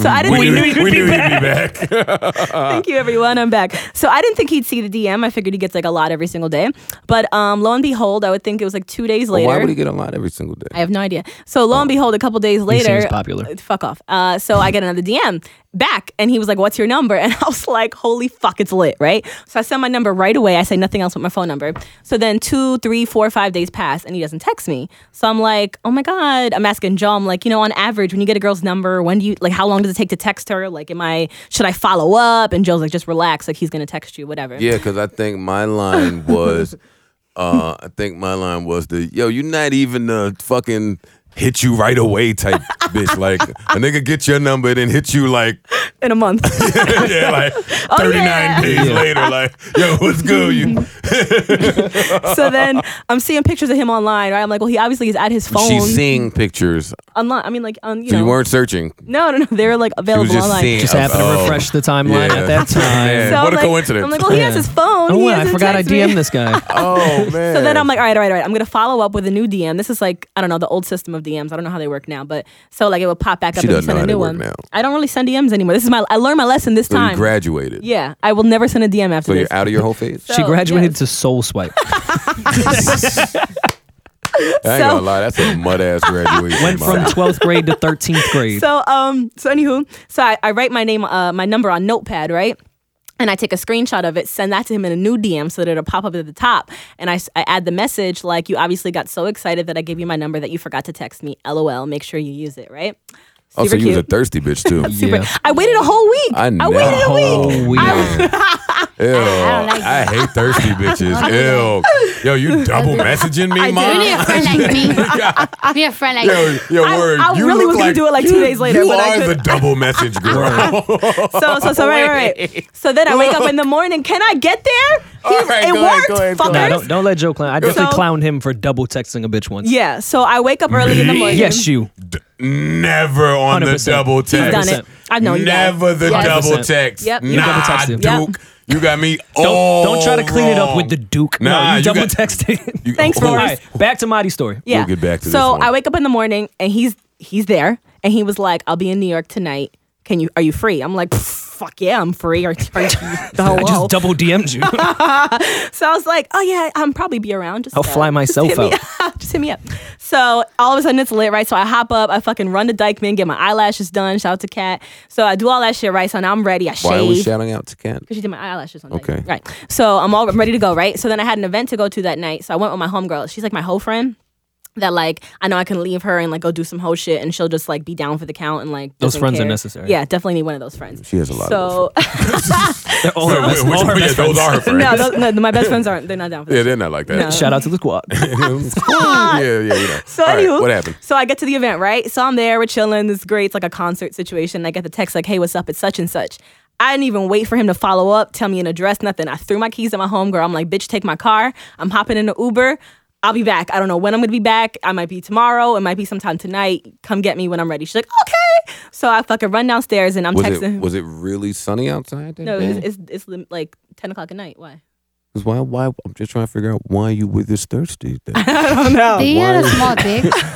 So I didn't
we
think
knew you'd be back.
Thank you, everyone. I'm back. So I didn't think he'd see the DM. I figured he gets like a lot every single day. But um, lo and behold, I would think it was like two days
But
later.
Why would he get a lot every single
I
day?
have no idea. So lo and behold, a couple days later,
seems popular.
uh, Fuck off. Uh, so I get another DM back, and he was like, "What's your number?" And I was like, "Holy fuck, it's lit, right?" So I send my number right away. I say nothing else with my phone number. So then two, three, four, five days pass, and he doesn't text me. So I'm like, "Oh my god." I'm asking Joe. I'm like, you know, on average, when you get a girl's number, when do you like? How long does it take to text her? Like, am I should I follow up? And Joe's like, just relax. Like he's gonna text you, whatever.
Yeah, because I think my line was, uh, I think my line was the yo, you're not even the fucking hit you right away type bitch. Like a nigga get your number then hit you like
In a month.
yeah, like 39
yeah.
days later, like, yo, what's good? You
so then I'm seeing pictures of him online, right? I'm like, well, he obviously is at his phone.
she's seeing pictures.
online. I mean, like, um, you
So
know,
you weren't searching.
no, no, no. They're like
She
available
was just
online.
seeing.
Just happened to
oh.
refresh the timeline
Yeah.
at that time.
Yeah.
So
What
I'm
a
like-
coincidence.
I'm like, well, he has
Yeah.
his phone.
Oh,
he
wow, I
hasn't
forgot I
text me.
DM'd this guy.
Oh man.
So then I'm like, all right, all right, all right. I'm gonna follow up with a new DM. This is like, I don't know, the old system of DMs. I don't know how they work now, but so like it would pop back up
She
and you
doesn't
send
know
a
how they
new
work
one.
now.
I don't really send DMs anymore. This is my I learned my lesson this
So you
time.
graduated.
yeah, I will never send a DM after
So
this.
you're out of your whole phase.
So-
She graduated
yes.
to Soul Swipe.
I ain't
So-
gonna lie, that's a mud ass graduation.
Went from
Mom.
12th grade to 13th grade.
So um, so anywho, so I, I write my name, uh, my number on Notepad, right? And I take a screenshot of it, send that to him in a new DM so that it'll pop up at the top. And I, s- I add the message like, "You obviously got so excited that I gave you my number that you forgot to text me. LOL. Make sure you use it, right?"
Oh, so
Super
you was a
cute.
thirsty bitch too.
Super-
Yeah.
I waited a whole week.
I know.
waited a week.
Oh, weird.
Ew,
I don't like
I
that.
hate thirsty bitches. Ew, yo, you double messaging me,
You need a
mom.
friend like me. You need a friend like
Yo,
me.
yo,
I-
word.
I
you
really
look
was gonna
like,
do it like two days later,
You
but I
are the
couldn't.
double message girl.
So so so right right. right. So then I wake up in the morning. Can I get there?
All right,
it
go ahead,
worked.
go ahead, go
fuckers.
ahead.
no, don't, don't let Joe clown. I definitely
So-
clowned him for double texting a bitch once.
Yeah. So I wake up early in the morning.
Yes, you.
never on the
100%.
double
He's
text.
done it. I know you guys.
Never the
Yes.
double
100%.
text.
Yep. You
Nah,
double texted.
Yep.
Duke, you got me
Don't,
all
don't try to clean it up
Oh, wrong.
with the Duke.
Nah,
no,
you
you double
got-
texting.
You-
Thanks,
who-
All
Rory.
right, back to Maddie's story.
Yeah.
We'll get back to
so
this one.
I wake up in the morning and he's he's there and he was like, "I'll be in New York tonight. Can you? Are you free?" I'm like, "Pff, "Fuck yeah, I'm free." Are, are you
I
hello?
just double DM'd you.
so I was like, "Oh yeah, I'm probably be around." Just
I'll
uh,
fly
just
myself
hit me up. just hit me up. So all of a sudden it's lit, right? So I hop up, I fucking run to Dykeman, get my eyelashes done. Shout out to Kat. So I do all that shit, right? So now I'm ready. I
Why are
shave.
we shouting out to Ken?
Because she did my eyelashes on
Okay.
Right. So I'm all I'm ready to go, right? So then I had an event to go to that night. So I went with my homegirl. She's like my whole friend. That like I know I can leave her and like go do some whole shit and she'll just like be down for the count and like
Those
doesn't
friends are
care.
necessary.
Yeah, definitely need one of those friends.
She has a lot of
So
They're all her
Wait,
best,
which-
all her
yeah, those
best friends.
are her friends.
no, those, no, my best friends aren't. They're not down for that.
Yeah, they're not like that.
Shout out to the squad.
yeah, yeah, you know.
So
All right,
anywho,
what happened?
So I get to the event, right? So I'm there, we're chilling. This is great. It's like a concert situation. I get the text like, "Hey, what's up? It's such and such." I didn't even wait for him to follow up, tell me an address, nothing. I threw my keys at my homegirl. I'm like, bitch, take my car. I'm hopping in the Uber. I'll be back. I don't know when I'm gonna be back. I might be tomorrow. It might be sometime tonight. Come get me when I'm ready. She's like, okay. So I fucking run downstairs and I'm
Was
texting.
it was it really sunny outside? That
no,
day?
it's, it's it's lim- like ten o'clock at night. Why?
'Cause why? Why? I'm just trying to figure out why you were this thirsty. Then.
I don't know.
They
Why
had a
is-
small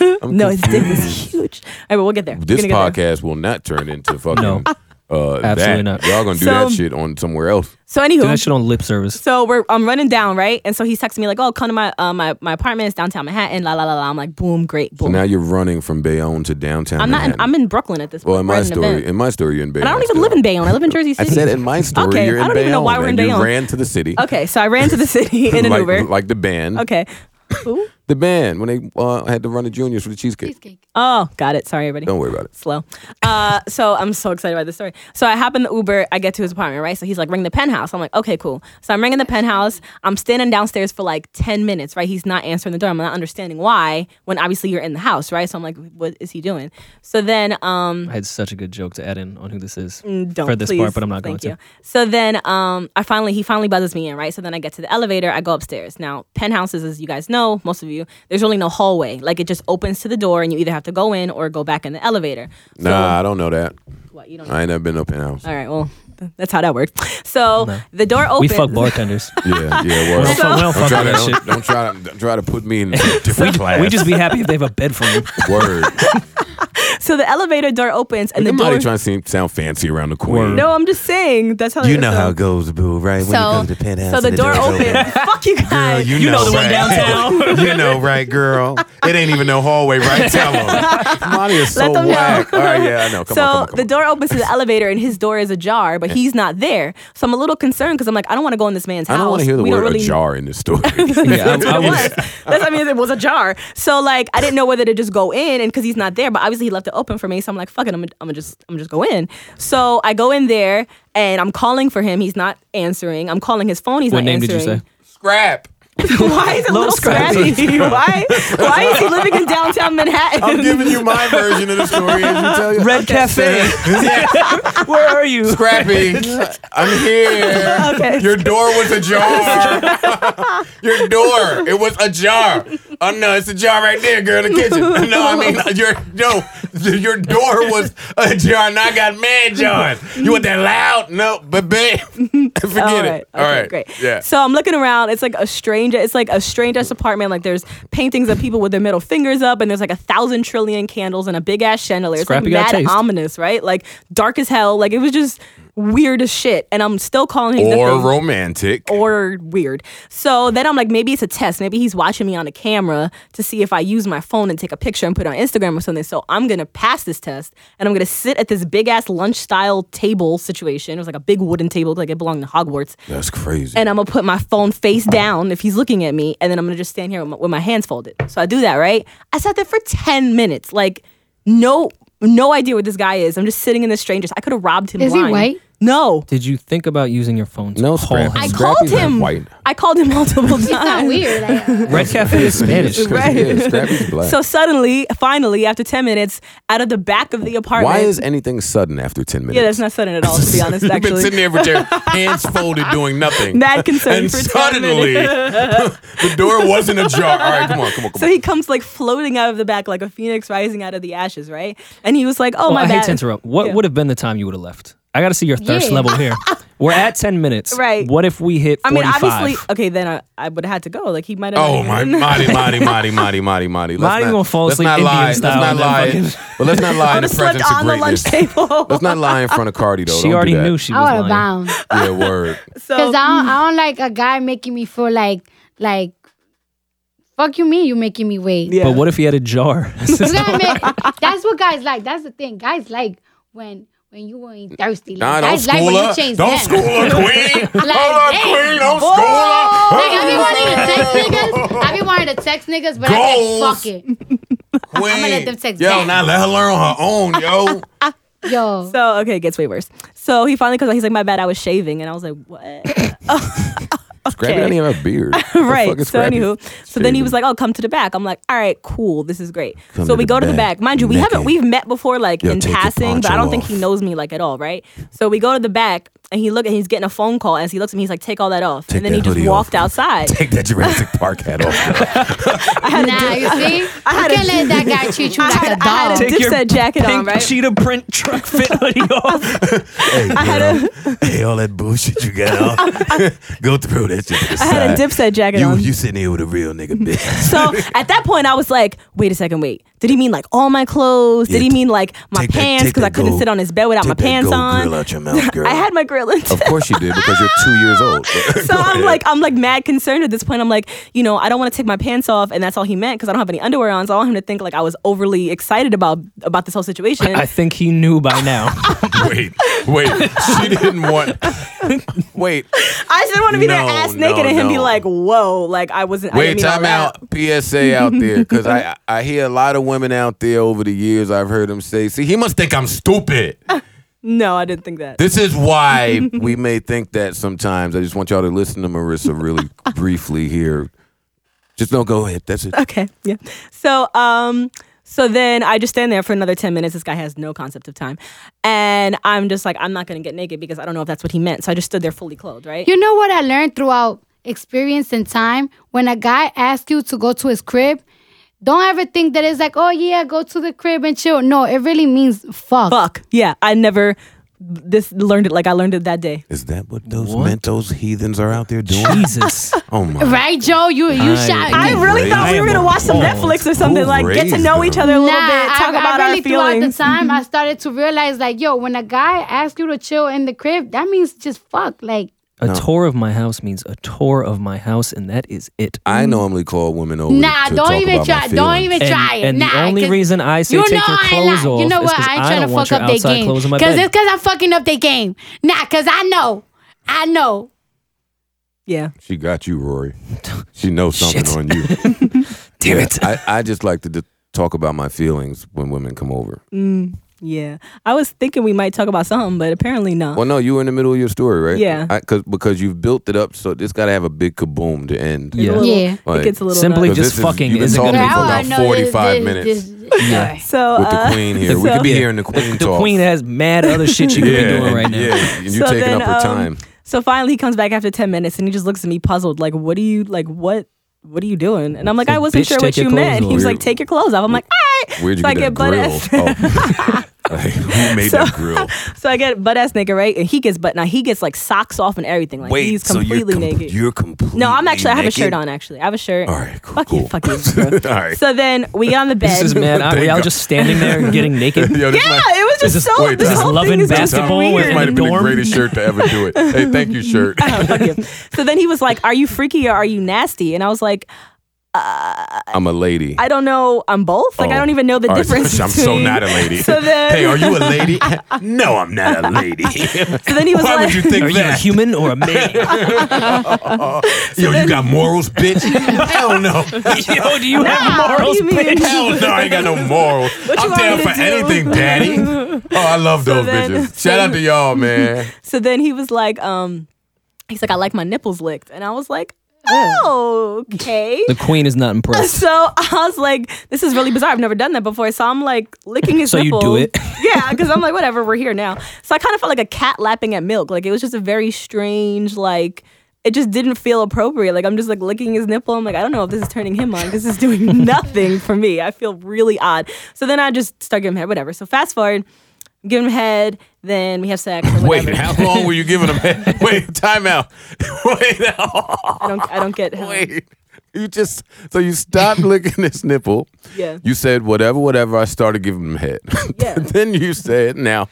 dick.
I'm
no, his dick
confused.
is huge. All right, but we'll get there. We're
This
gonna get there.
podcast will not turn into fucking.
No.
Uh,
Absolutely
that.
not.
Y'all gonna do
So-
that shit on somewhere else.
So
Do that
anywho,
shit on lip service.
so we're I'm running down right, and so he's texting me like, "Oh, come to my uh, my my apartment. It's downtown Manhattan." La la la la. I'm like, "Boom, great,
So
boom."
now you're running from Bayonne to downtown.
I'm not. In,
Manhattan.
I'm in Brooklyn at this point.
Well, in
We're
my
at an
story,
event.
in my story, you're in Bayonne.
and I don't even
still.
live in Bayonne. I live in Jersey
I
City.
said in my story,
Okay,
you're in
I don't
Bayonne.
even know why we're in
and
Bayonne.
You ran to the city.
Okay, so I ran to the city in an
like,
Uber.
Like the band.
okay. Who?
The band when they uh, had to run the juniors for the cheesecake.
Cheesecake.
Oh, got it. Sorry, everybody.
Don't worry about it.
slow. Uh, so I'm so excited about this story. So I hop in the Uber. I get to his apartment, right? So he's like, ring the penthouse. I'm like, okay, cool. So I'm ringing the penthouse. I'm standing downstairs for like 10 minutes, right? He's not answering the door. I'm not understanding why when obviously you're in the house, right? So I'm like, what is he doing? So then, um,
I had such a good joke to add in on who this is
Mm, don't
for this
please.
part, but I'm not going
Thank
to.
you. So then, um, I finally he finally buzzes me in, right? So then I get to the elevator, I go upstairs. Now, penthouses, as you guys know, most of you, there's really no hallway. Like it just opens to the door, and you either have to go in or go back in the elevator. So,
Nah, I don't know that.
what, you don't
I ain't never been up in house.
all right, well, th- that's how that worked. So the door opens.
We fuck bartenders.
Yeah, yeah.
we
Well,
don't fuck, we don't
don't,
fuck
try
with
to,
that shit.
don't, don't try to don't try to put me in a different class.
We just be happy if they have a bed for me.
word.
So the elevator door opens, and the
I'm
door.
already trying to seem, sound fancy around the queen.
no, I'm just saying. That's how. it- so-
goes, boo. Right
So-
So the door opens. Fuck you
Girl,
guys.
you,
know the one
right.
downtown.
you know, right, girl? It ain't even no hallway, right? Tell them. Monty is so
Let them know.
whack. All right, yeah, I know. Come
so
on, come on, come
the
on.
door opens to the elevator, and his door is ajar, but he's not there. So I'm a little concerned because I'm like, I don't want to go in this man's
I
house.
don't want to hear the
we
word
don't really
ajar in this story.
Yeah, I- I
It
was-
was. That's, I mean, it was a jar. So like, I didn't know whether to just go in, and because he's not there, but obviously he left it open for me. So I'm like, fuck it, I'm, gonna- I'm gonna just, I'm gonna just go in. So I go in there, and I'm calling for him. He's not answering. I'm calling his phone. He's
What
not
name did you
answering.
say?
Scrap.
why is it a little
Scrappy.
scrappy? why? Why is he living in downtown Manhattan?
I'm giving you my version of the story. As you tell you.
Red Cafe. Where are you?
Scrappy, I'm here. Your door was ajar. your door, it was ajar. Oh no, it's ajar right there, girl, in the kitchen. No, I mean uh, your no, your door was ajar, and I got mad, John. You want that loud? No, but babe, forget
All
it.
right.
All
okay,
right,
Great.
Yeah.
So I'm looking around. It's like a strange. It's like a strange ass apartment. Like there's paintings of people with their middle fingers up, and there's like a thousand trillion candles and a big ass chandelier. It's
Scrappy got
like mad
taste.
ominous, right? Like dark as hell. Like it was just weird as shit. And I'm still calling him
or
nothing.
romantic.
or weird. So then I'm like, maybe it's a test. Maybe he's watching me on the camera to see if I use my phone and take a picture and put it on Instagram or something. So I'm gonna pass this test and I'm gonna sit at this big ass lunch style table situation. It was like a big wooden table, like it belonged to Hogwarts
That's crazy.
and I'm gonna put my phone face down if he's looking at me, and then I'm gonna just stand here with my, with my hands folded. So I do that, right? I sat there for ten minutes, like no no idea what this guy is. I'm just sitting in the strangers. I could have robbed him.
Is he
blind.
white?
No,
Did you think about using your phone? to call him?
I
Scrappy's
called
not
him.
white.
I called him multiple times.
It's not weird. Like,
Red Cafe is Spanish.
Right.
Yeah, Scrappy's black.
So suddenly, finally, after ten minutes, out of the back of the apartment.
Why is anything sudden after ten minutes?
yeah, that's not sudden at all, to be honest.
You've been
Actually,
sitting there with your hands folded, doing nothing.
mad concern
and
for 10
suddenly
minutes.
the door wasn't ajar. All right, come on, come on, come
So
on.
he comes like floating out of the back, like a phoenix rising out of the ashes, right? And he was like, "Oh
Well,
my
I
bad."
hate to interrupt. What
Yeah.
would have been the time you would have left? I got to see your thirst
Yeah.
level here. We're at 10 minutes.
Right.
What if we hit
I
45?
mean, obviously, okay, then I, I would have had to go. Like, he might have.
Oh my, Marty, Marty, Marty, Marty, Marty, Marty. Let's
Marty
not-
gonna fall
let's
asleep
not
Indian
lie.
style
Let's not
in that
lie.
fucking-
But let's not lie
I
in
would
the
have slept
presence of
on the lunch
greatness.
table.
Let's not lie in front of Cardi though.
she
Don't
already
do that.
knew she
I
was
would have
lying.
bounced.
Yeah, word.
so,
Cause I don't, I don't like a guy making me feel like like fuck you mean you making me wait.
yeah.
But what if he had a jar?
You gotta make, that's what guys like. That's the thing. Guys like when when you ain't thirsty. Like,
Nah, don't
guys like
school
when
her.
you change
Don't
them.
school her, queen. Hold on,
damn.
queen. Don't
Boy.
school her.
Like, I be wanting to text niggas. I be wanting to text niggas, but
Goals.
I said fuck it.
Queen.
I'ma let them text
yo,
back.
now let her learn on her own, yo.
Yo.
So okay, it gets way worse. So he finally comes out. He's like, "My bad, I was shaving," and I was like, "What?"
Scrappy doesn't even have a beard. What the fuck
right.
is
So
Scrappy?
anywho, so then he
Shaving.
was like, "Oh, come to the back." I'm like, "All right, cool. This is great."
Come
so
to
we
the
go to the
back,
back. Mind you, we haven't
naked.
we've met before, like
Yo,
in
take your
passing, but
poncho
I don't think he
off.
knows me like at all, right? So we go to the back, and he look and he's getting a phone call. As he looks at me, he's like, "Take all that off,"
Take
and then
that
he just
hoodie
walked
off.
outside.
Take that Jurassic Park hat off. girl.
Nah, you see? You
I had a-
can't let that guy treat you
I
like
had-
a
I had a
dog.
Take your Dipset jacket on, pink right?
cheetah print truck fit hoodie off.
Hey, girl.
had
hey, all that bullshit you got off. Go through that shit. to the
I had a
side.
Dipset jacket
You,
on.
you sitting here with a real nigga bitch.
so at that point, I was like, "Wait a second, wait. Did he mean like all my clothes? Did
Yeah,
he mean like my
take that-
pants?
take
Because I
that
couldn't
gold-
sit on his bed without my
Take that
pants
gold
on."
grill out your mouth, girl.
I had my grill in.
Of course you did because you're two years old.
So I'm like, I'm like mad concerned at this point. I'm like, you know, I don't want to take my pants off, and that's all he meant because I don't have any underwear on. So I want him to think like I was overly excited about about this whole situation.
I think he knew by now.
wait, wait. She didn't want. Wait,
I just didn't want to be there
No,
ass
no,
naked and him be
no.
like, whoa, like I wasn't. I didn't
Wait,
mean all
time
that.
out. PSA out there, because I I hear a lot of women out there over the years. I've heard them say, "See, he must think I'm stupid."
No, I didn't think that.
This is why we may think that sometimes. I just want y'all to listen to Marissa really briefly here. Just don't go ahead. That's it.
Okay, yeah. So, um, so then I just stand there for another ten minutes. This guy has no concept of time, and I'm just like, I'm not gonna get naked because I don't know if that's what he meant. So I just stood there fully clothed, right?
You know what I learned throughout experience and time? When a guy asks you to go to his crib, don't ever think that it's like, oh yeah, go to the crib and chill. No, it really means fuck.
Fuck yeah! I never this learned it like I learned it that day.
Is that what those
What?
Mentos heathens are out there doing?
Jesus.
Oh my!
Right, Joe? You you
I-
shot.
I
Who
really
raised
thought we were gonna
them?
watch some
Who-
Netflix or something
who
like get to
raised
know each
them?
other a little
Nah,
bit, talk
I,
about
I really
our feelings.
Throughout the time, I started to realize, like, yo, when a guy asks you to chill in the crib, that means just fuck. Like,
A tour of my house means a tour of my house, and that is it.
I normally call women over.
nah,
to
don't
talk
even
about my
try. Don't
feelings.
even
and,
try it.
and
nah,
the only
'cause
reason I say
you
take
know
your
I
clothes
lie.
off
You know
is
what?
because
I ain't
I
trying
don't
to
want
fuck
your
up their
outside
game.
clothes in my
Cause
bed.
it's cause I'm fucking up their game. Nah, cause I know, I know.
Yeah.
She got you, Rory. She knows something
Shit.
on you.
Damn
Yeah,
it.
I, I just like to d- talk about my feelings when women come over.
Mm.
Yeah. I was thinking we might talk about something, but apparently not.
Well, no, you were in the middle of your story, right?
Yeah.
I, cause, because you've built it up, so it's got to have a big kaboom to end.
Yeah.
It's a little-
Yeah.
Like,
it gets a little
Simply-
nuts.
Because
Just
this
fucking
you've been
isn't
talking
gonna be
for
fun.
about
I know this-
45
this-
minutes
this- sorry.
So
with the
uh,
queen here. we
so-
could be
Yeah.
hearing the queen
the
talk.
queen has mad other shit she could
yeah,
be doing right now.
Yeah, and you're
So
taking
then,
up her
um,
time.
So finally he comes back after 10 minutes and he just looks at me puzzled like what do you like what what are you doing? And I'm like
So,
I wasn't
bitch,
sure what
take your
you meant.
clothes
He was
off.
like take your clothes off. I'm like all right.
Where'd you
so I
get that
get butt
grill?
ass.
Oh. Like, who made
So-
that grill?
so I get butt ass naked, right? And he gets butt now he gets like socks off and everything. Like
Wait,
he's
so you're,
completely
com-
naked.
you're completely
no, I'm actually I have a
naked?
shirt on actually. I have a shirt.
All right, cool.
Fuck you,
cool.
fuck you. bro.
All right.
So then we get on the bed.
This is mad awkward.
Thank
I
God.
was just standing there and getting naked.
Yo, this
Yeah,
might-
it was just
is-
so.
wait,
this
this
whole
loving
thing is just
basketball
weird.
with-
This
in
might
the
have been the
dorm.
greatest shirt to ever do it. Hey, thank you, shirt.
Fuck you. So then he was like, "Are you freaky or are you nasty?" And I was like,
I'm a lady.
"I don't know. I'm both. Like I
Oh.
don't even know the
All right,
difference."
I'm so
between-"
not a lady.
So then-
hey, are you a lady? no, I'm not a lady.
So then he was
Why
like,
would you think
Are you a
that?
human or a man?
Yo, you got morals, bitch? Hell no.
Yo, do you have
"Ah, what do
morals,
you mean?"
bitch?
Hell no, I ain't got no morals.
What you
I'm
want
down
me to
for
do?
anything, daddy. Oh, I love
So
those
then-
bitches. Shout out to y'all, man.
So then he was like, um, he's like, "I like my nipples licked," and I was like, "Oh, okay."
The queen is not impressed.
So I was like, this is really bizarre. I've never done that before. So I'm like licking his
So you
nipple.
do it?
yeah, because I'm like, whatever, we're here now. So I kind of felt like a cat lapping at milk. Like it was just a very strange, like it just didn't feel appropriate. Like I'm just like licking his nipple. I'm like, I don't know if this is turning him on. This is doing nothing for me. I feel really odd. So then I just start giving him head, whatever. So fast forward, give him head, then we have sex. Or
Wait,
whatever.
how long were you giving them? Wait, time out. Wait,
I don't I don't get how-
wait. You just, so you stopped licking this nipple.
Yeah.
You said whatever, whatever. I started giving them head.
Yeah.
then you said, now,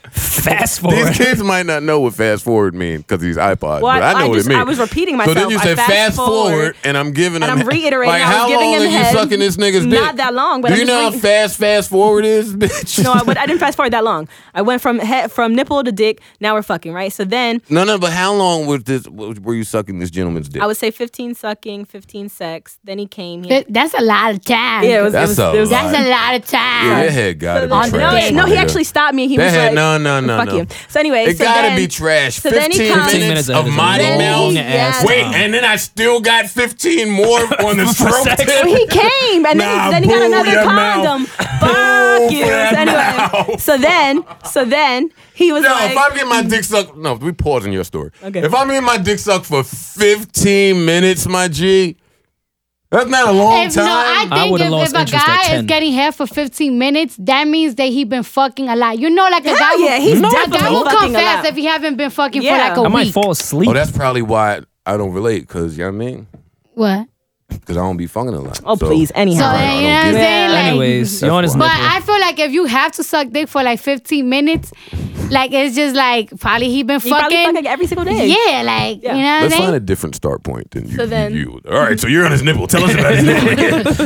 These
Fast forward.
kids might not know what fast forward means because these iPods.
Well,
but I,
I-
know
I
what
just-
it means.
I was repeating
So then
myself.
you
I
said
fast
fast forward,
forward,
and I'm giving
and
him.
I'm reiterating
Like
I was
how
giving
long
him
are you
head.
sucking this nigga's dick?
Not that long, but
do
I'm
you
just
know how
re-
fast fast forward is, bitch?
No, I, went, I didn't fast forward that long. I went from head, from nipple to dick. Now we're fucking, right? So then
no, no. But how long was this? Were you sucking this gentleman's dick?
I would say 15 sucking, 15 sex, weeks. Then he came here.
Th- That's a lot of time.
Yeah, it was-
That's it was- a it was- lot.
That's a lot of time.
Yeah, that head gotta be
the
trash.
day.
Oh, No,
my
he
nigga.
actually stopped me. He
That
was
head-
like,
no, no, no,
fuck
no.
you. So anyway,
It
so
gotta
then-
be trash.
So then he
15
comes-
minutes
Then
of
he
mighty
comes-
mouth.
Yes.
Wait, and then I still got 15 more on the throat
sex.
tip?
he came and then,
Nah,
he, then he got
boo
another
your
condom.
mouth.
Fuck
Boo
you.
for that
So anyway,
mouth.
so then, so then he was
No, if I'm
like,
getting my dick sucked, no, we pausing your story.
Okay.
If I'm getting my dick sucked for 15 minutes, my G, that's not a long
If no, I
time.
think
I would've
if,
lost
if a
interest at
guy is
10.
getting hair for 15 minutes, that means that he been fucking a lot. You know, like a guy, will-
yeah, he's
a guy
definitely
will come
fucking a lot.
fast if he haven't been fucking
Yeah.
for like
I
a
might
week.
fall asleep.
oh, that's probably why I don't relate, because, you know what I mean?
What?
Because I don't be fucking a lot.
oh
So-
please,
So
anyhow.
I don't
you know what I'm
get it.
saying? Like,
Anyways,
That's
you on his
why.
But
nipple.
I feel like if you have to suck dick for like 15 minutes, like it's just like probably he been
he probably
fucking.
fuck like every single day.
yeah, like
Yeah.
you know what
Let's
I'm
find a
saying.
different start point than you.
So then-
you- All right, so you're on his nipple. Tell us about his nipple again.
So, so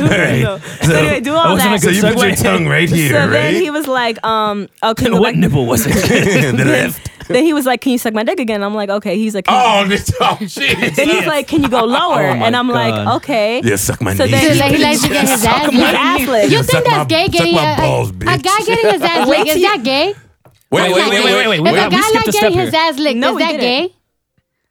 anyway, do all
wasn't a
that.
good
So
You put your
segue.
tongue right here,
then he
right?
was like, um, okay.
what nipple was it?
the left.
Then he was like, can you suck my dick again? I'm like, okay. He's like, can you-
Oh, this, oh, jeez.
Then he's like, "Can you go lower?"
Oh my
and I'm
God.
like, "Okay."
Yeah, suck my
So
knee.
then-
So, like he likes to get his ass.
His
licked.
ass lick.
You
Suck
think
my-
that's gay?
suck
Getting
my
a-
balls,
a
bitch.
guy getting his ass licked is that
Wait,
gay?
wait, wait, wait, wait.
Wait,
If
wait,
a
we
guy
skipped a
like
step
getting his
here.
ass licked,
No,
is
we
that
didn't.
gay?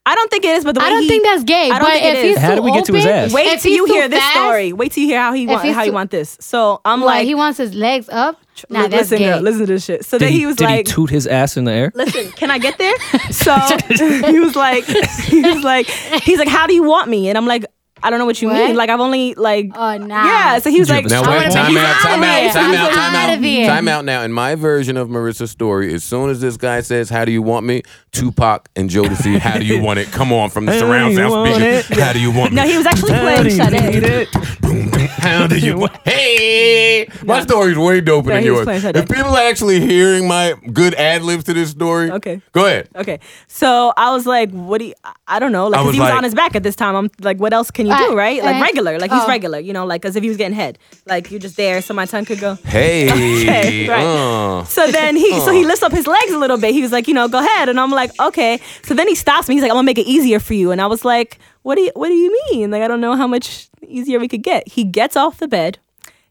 I don't think it is, but the way
I don't
he-
think that's gay.
I don't
but
think it
if
is.
he's
How
too
did we get to his
open-
ass?
Wait
if
till
he's
you
too
hear this
fast,
story. Wait till you hear how he want,
he's
how you
too-
want this. So I'm
Like
like,
he wants his legs up. Nah,
Li-
that's
listen,
gay.
girl, listen to this shit. So
Did
then
he,
he was
did he
like,
toot his ass in the air?
listen, can I get there? So he was like, he was like, he's like, how do you want me? And I'm like, I don't know what you
What?
mean. Like I've only like,
Oh, nah.
yeah. So he was like,
now
I
wait,
wanna
time
be
out,
out
time
of
out,
here.
time out,
I'm
time
out
out,
of here.
time out. Now, in my version of Marissa's story, as soon as this guy says, "How do you want me?" Tupac and Jodeci, "How do you want it?" Come on, from the
How
surround
you
sound
want
speaker,
it?
"How do you want
no,
me?"
he was actually playing Shut It.
Boom, boom, How do you want? Hey, my story's way doper
No,
than
he was
yours.
playing Shut
If
Up.
people are actually hearing my good ad libs to this story,
Okay.
go ahead.
Okay, so I was like, "What do you? I- I don't know."
I
Like, 'cause
was
he was
like-
on his back at this time. I'm like, "What else can you
Uh,
do, right? Like
uh,
regular, like he's
oh.
regular, you know, like as if he was getting head. Like you're just there, so my tongue could go."
Hey,
Okay, right.
uh.
So then he, so he lifts up his legs a little bit. He was like, "You know, go ahead," and I'm like, "Okay." So then he stops me. He's like, "I'm gonna make it easier for you," and I was like, "What do you? What do you mean? Like I don't know how much easier we could get." He gets off the bed.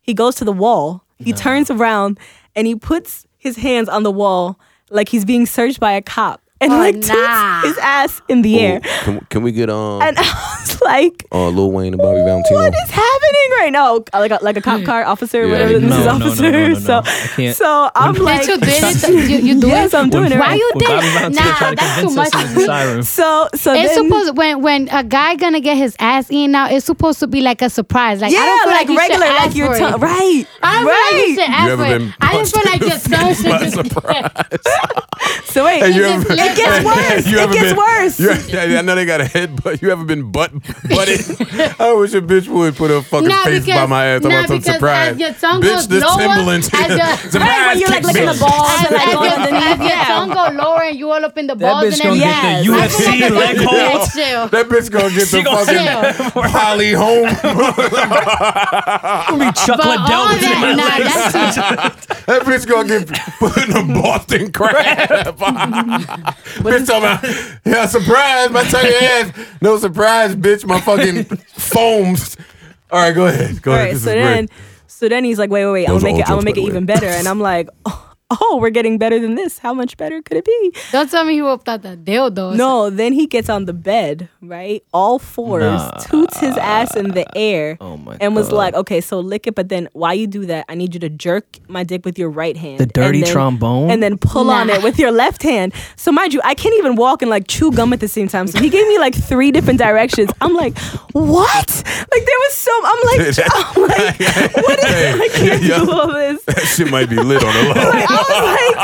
He goes to the wall. He turns around and he puts his hands on the wall like he's being searched by a cop and
Oh,
like toots
nah.
his ass in the air.
Can, can we get um
And I was like,
uh, Lil Wayne and Bobby Valentino?
what is happening right now? Oh, Like a, like a cop car officer, whatever. This
No,
is
no, no, no,
officer.
no, no.
So,
I can't.
so I'm like,
Did you do it? You, you do
yes,
it?
I'm doing it.
Why
right.
you
When Bobby
think?
Valentino
Nah,
tried to
that's too
convince
much.
us it was a siren.
So, so
It's
then,
supposed when when a guy gonna get his ass eaten out. It's supposed to be like a surprise. Like
yeah,
I don't feel
like,
like,
regular, like
you
your
should ask
tongue,
for it.
right?
I don't feel like you
right.
should ask
ever
for
been
it. I just feel like your tongue should just
So wait,
Hey, you
It
ever-
gets
it gets worse.
You
it
haven't
gets
been-
worse.
you- yeah, I know they got a headbutt. You haven't been butt butted. I wish a bitch would put her fucking
Nah,
face by
because-
my ass.
nah,
about some
because
surprise.
as your tongue
bitch,
goes
this
lower,
Timberland's
as your- Right,
surprise
Right, when you're like
kick,
licking the
bitch.
balls and
as,
like
as
going
your, as
underneath.
your tongue
Yeah.
go lower and you all up in the
That
balls
bitch
and
gonna
everything.
get the
Yes. I feel
UFC
like
leg
that's
hold.
gay, too.
That bitch gonna get the
gonna
fucking Holly home.
Chuck
But all
Liddell was in my
that, nah, that's too
That bitch gonna get put in a Boston crab. bitch talking about, yeah, surprise, my tongue ass. No surprise, bitch, my fucking foams. All right, go ahead. Go
All
ahead.
right,
This
so
is great.
then, so then he's like, wait, wait, wait, I'm
Those
gonna
are
make it,
all
I'm
jokes,
gonna make
by
it
the way.
even better. And I'm like, oh, oh, we're getting better than this. How much better could it be?
Don't tell me he whipped out the dildo.
Oh,
No, then he gets on the bed, right? All fours, toots his ass in the air,
Oh my
and was
God.
like, okay, so lick it, but then while you do that, I need you to jerk my dick with your right hand.
The dirty
and then-
trombone?
And then pull on
Nah.
it with your left hand. So, mind you, I can't even walk and like chew gum at the same time. So he gave me like three different directions. I'm like, what? Like, there was so, I'm like, I'm like what is, I can't
Yeah.
do all this.
that shit might be lit on the low.
Like, I was like,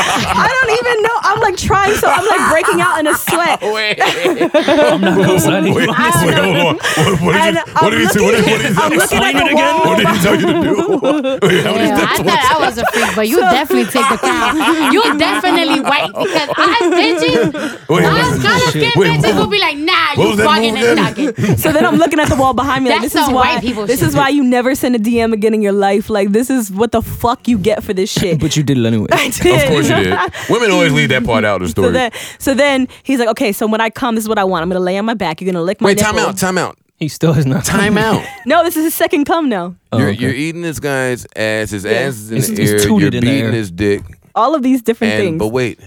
I don't even know. I'm like trying, so I'm like breaking out in a sweat.
Wait.
ass.
Wait, wait, hold on. What, what did
And
you, what
I'm
did he say?
looking-
What did, what did he
I'm looking at the wall.
What did he tell you to do? Wait, how many
Yeah, I
steps was
thought I was a freak, but you definitely take the crown. You definitely white because I bitches,
Wait,
us
wait,
color skin
shit. Wait,
bitches
what-
will be like, nah,
what
you
was that
fucking
move
and
again?
sucking.
So then I'm looking at the wall behind me like
That's
this is
some
why
white people
this
shit.
is why you never send a DM again in your life. Like this is what the fuck you get for this shit.
But you did it anyway.
I did.
Of course you did. Women always leave that part out of the
So
story.
then, so then he's like, okay, so when I come, this is what I want. I'm gonna lay on my back. You're gonna lick my
wait,
nipple.
time out, time out.
He still is not.
Time out.
No, this is his second come now.
Oh,
you're,
okay.
you're eating this guy's ass. His ass is in
It's-
the
it's
air.
tooted
You're
in the
beating
air.
his dick.
All of these different
And
things.
but wait,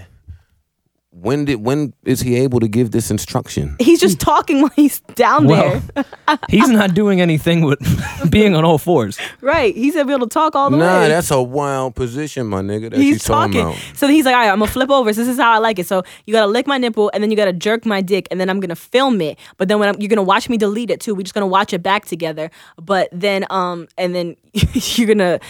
when did when is he able to give this instruction?
He's just talking while he's down
Well,
there.
he's not doing anything with being on all fours.
Right. He's able to talk all the
Nah,
way.
that's a wild position, my nigga. That you
he's
talking.
talking.
About.
So he's like, all right, I'm gonna flip over. So this is how I like it. So you gotta lick my nipple, and then you gotta jerk my dick, and then I'm gonna film it. But then when I'm, you're gonna watch me delete it too. We're just gonna watch it back together. But then, um, and then you're gonna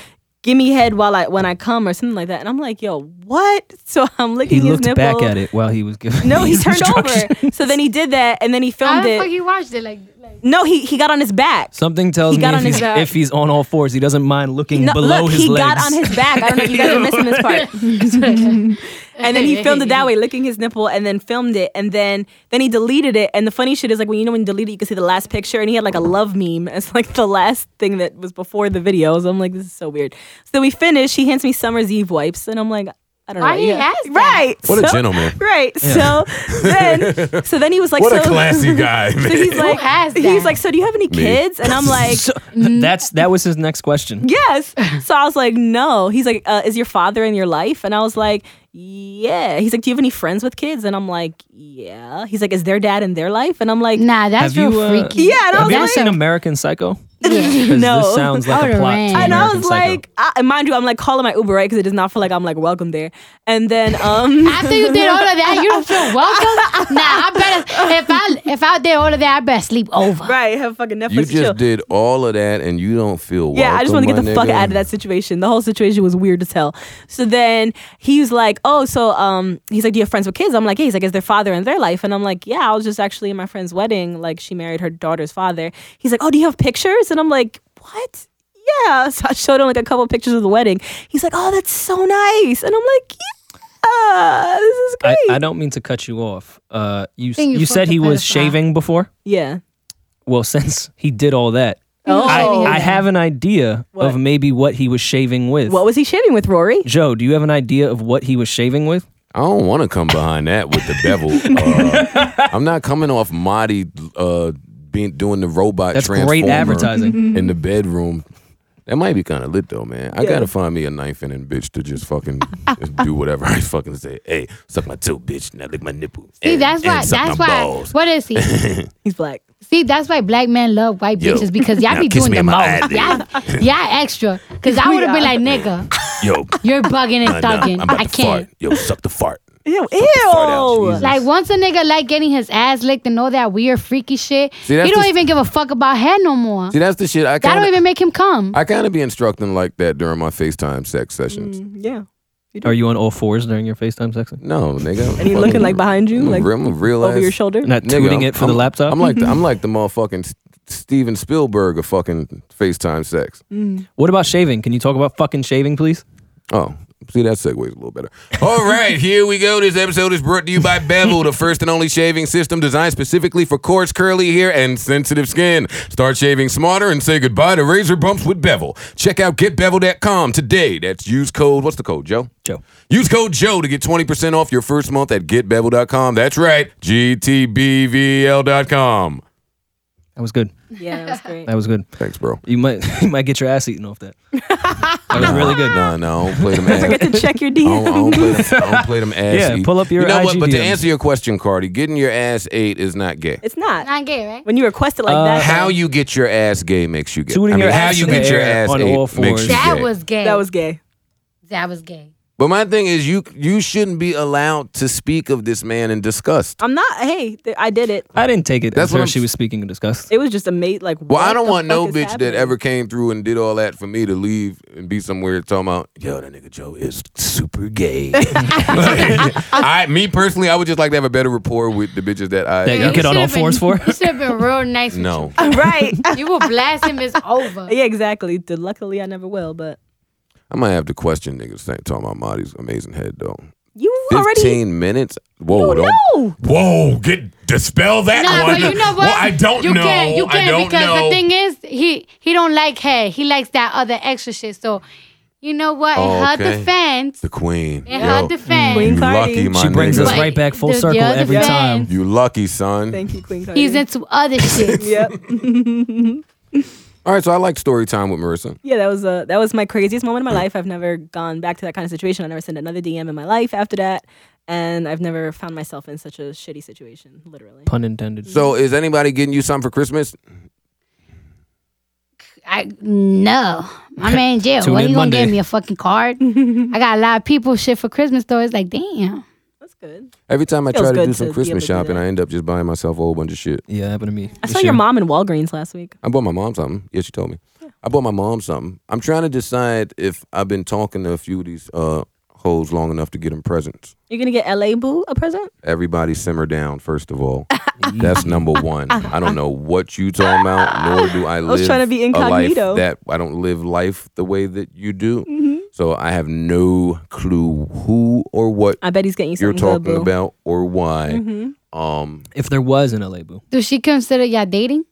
give me head while I when I come or something like that. And I'm like, yo, what? So I'm licking
He
his
looked
nipple.
back at it while he was giving.
No, he
these
turned over.
instructions.
So then he did that, and then he
How
filmed
the fuck
it.
you watched it like? like
No, he he got on his back.
Something tells
He
me
got
if
on his
he's,
back.
if he's on all fours, he doesn't mind looking
No,
below
look,
his
he
legs.
got on his back. I don't know if you guys are missing this part. and then he filmed it that way, licking his nipple, and then filmed it, and then then he deleted it. And the funny shit is like when you know when you delete it, you can see the last picture, and he had like a love meme as like the last thing that was before the video. So I'm like, this is so weird. So then we finish. He hands me summer's eve wipes, and I'm like. I don't know.
Why he
yeah.
has that?
Right.
What a
so-
gentleman.
Right. So then so then he was like
What a
so-
classy guy,
so he's
man.
like
has
he's
that?
like, So do you have any kids? And I'm like
So, that's that was his next question.
yes. So I was like, no. He's like, uh, is your father in your life? And I was like, yeah. He's like, do you have any friends with kids? And I'm like, yeah. He's like, is their dad in their life? And I'm like,
Nah, that's
Have
real
you, uh,
freaky.
Yeah, and I
Have
was
you ever
like-
seen American Psycho? 'Cause
no.
This sounds like a
Oh,
plot. to
right.
and I
American
was
Psycho.
like, I, and mind you, I'm like calling my Uber right because it does not feel like I'm like welcome there. And then um,
After you did all of that, you don't feel welcome. Nah, I better if I if I did all of that, I better sleep over.
right, have fucking Netflix
You
and chill.
just did all of that, and you don't feel.
Yeah, I just want
welcome,
to
my
get the fuck
nigga.
out of that situation. The whole situation was weird as hell. So then he was like, "Oh, so um, he's like, do you have friends with kids?" I'm like, "Yeah." He's like, "Is their father in their life?" And I'm like, "Yeah, I was just actually in my friend's wedding. Like, she married her daughter's father." He's like, "Oh, do you have pictures?" And I'm like, "What?" Yeah. So I showed him like a couple pictures of the wedding. He's like, "Oh, that's so nice," and I'm like, "Yeah, this is
I,
great."
I don't mean to cut you off. Uh, you s-
Think
you,
you
said
fucked
he
a
was
pedophile.
shaving before.
yeah.
Well, since he did all that,
Oh.
I,
Oh.
I have an idea
What?
of maybe what he was shaving with.
What was he shaving with, Rory?
Joe, do you have an idea of what he was shaving with?
I don't want to come behind that with the devil. Uh, I'm not coming off Marty uh, being doing the robot.
That's great
transformer
advertising.
in the bedroom. That might be kind of lit though, man. I
Mm-hmm. Yeah.
gotta find me a knife and then bitch to just fucking just do whatever I fucking say. Hey, suck my toe, bitch. Now lick my nipple.
See,
And-
that's
and
why.
suck
That's
my
why.
balls.
What is he?
He's black.
See, that's why black men love white
Yo,
bitches because y'all
now
be
kiss
doing
me
the
in my
most.
eyelid.
Y'all, y'all extra. Because I would have been like, nigga,
Yo,
you're bugging
nah,
and
nah,
thugging.
I'm about
I
to fart.
can't.
Yo, suck the fart.
Ew.
fart out,
Ew.
Jesus.
Like once a nigga like getting his ass licked and all that weird freaky shit,
See, that's
he don't
the-
even give a fuck about head no more.
See, that's the shit. I
that
kind
don't
of
even make him come.
I kind of be instructing like that during my FaceTime sex sessions.
Yeah.
Are you on all fours during your FaceTime sexing?
No, nigga.
And he
fucking-
looking like behind you,
I'm a
like
real- I'm a real
over
ass-
your shoulder.
Not
Nigga,
Uh, tooting
I'm-
it for
I'm-
the laptop? Mm-hmm.
I'm like the, I'm like the motherfucking S- Steven Spielberg of fucking FaceTime sex.
Mm.
what about shaving? Can you talk about fucking shaving, please?
Oh, see that segues a little better. All right, here we go. This episode is brought to you by Bevel, the first and only shaving system designed specifically for coarse, curly hair and sensitive skin. Start shaving smarter and say goodbye to razor bumps with Bevel. Check out getbevel.com today. That's use code. What's the code, Joe?
Joe.
Use code Joe to get 20% off your first month at getbevel.com. That's right, gtbvl.com.
That was good.
Yeah, that was great.
That was good.
Thanks, bro.
You might you might get your ass eaten off that. That was really good.
No, no, I don't play them ass.
to check your
I don't, I don't
DMs.
play them, I don't play them ass.
Yeah,
eat.
pull up your
You know what?
IG
But to
DMs.
answer your question, Cardi, getting your ass ate is not gay.
It's not.
Not gay, right?
When you request it like
Uh,
that,
How you get your ass gay makes you gay.
Tooting
I mean,
your
how
ass
you
in the
get your
air
ass
on
ate
all
makes
fours.
you
That
gay.
was gay.
that was gay.
that was gay.
But my thing is, you you shouldn't be allowed to speak of this man in disgust.
I'm not. Hey, th- I did it.
I didn't take it.
That's
That's
what
where
I'm
she
s-
was speaking in disgust.
It was just a mate. Like,
Well, I
what
don't
the
want
fuck
no
is
bitch
happening?
that ever came through and did all that for me to leave and be somewhere talking about, yo, that nigga Joe is super gay. Like, I, me personally, I would just like to have a better rapport with the bitches that I.
That you could- get on all
should've been-
fours for?
You should have been real nice. with
no.
right.
you. You will blast him. It's over.
yeah, exactly. Dude, Luckily, I never will. But
I might have to question niggas saying- talking about Marty's amazing head though.
you already. Oh,
Fifteen minutes? Whoa, don't
No.
Whoa, get dispel that
Nah,
one.
but you know what?
Well, I don't
you
know.
Can't, you
I
can't
don't
because
know.
the thing is, he he don't like hair. He likes that other extra shit. So, you You know what? In
Oh,
her
okay.
defense,
The queen.
in
Yo,
her defense,
You
Queen
lucky,
Cardi.
my
She brings us
nigga.
right back full
The- the
circle
other
every
fans.
time.
You lucky, son.
Thank you, Queen Cardi.
he's into other shit.
Yep.
All right, so I like story time with Marissa.
Yeah, that was a that was my craziest moment in my life. I've never gone back to that kind of situation. I never sent another DM in my life after that, and I've never found myself in such a shitty situation. Literally.
Pun intended.
So, is anybody getting you something for Christmas?
I no. My man jail.
Tune
what
in
you gonna
Monday.
give me a fucking card? I got a lot of people shit for Christmas though. It's like damn.
That's good.
Every time I
Feels
try to
good
do
to
some
be
Christmas
able to do
shopping,
that.
I end up just buying myself a whole bunch of shit.
yeah, happened to me.
I
this
saw
year.
your mom in Walgreens last week.
I bought my mom something. Yeah, she told me. I bought my mom something. I'm trying to decide if I've been talking to a few of these uh, hoes long enough to get them presents.
You're gonna get LA Boo a present?
Everybody simmer down, first of all. That's number one. I don't know what you talking about, nor do I live
was trying to be
a
incognito. Mm-hmm.
life that I don't live life the way that you do. So I have no clue who or what
I bet he's getting you
you're
something
talking
good, boo. Mm-hmm.
about or why. Um,
If there was an LA boo. Hmm.
Does she consider y'all dating?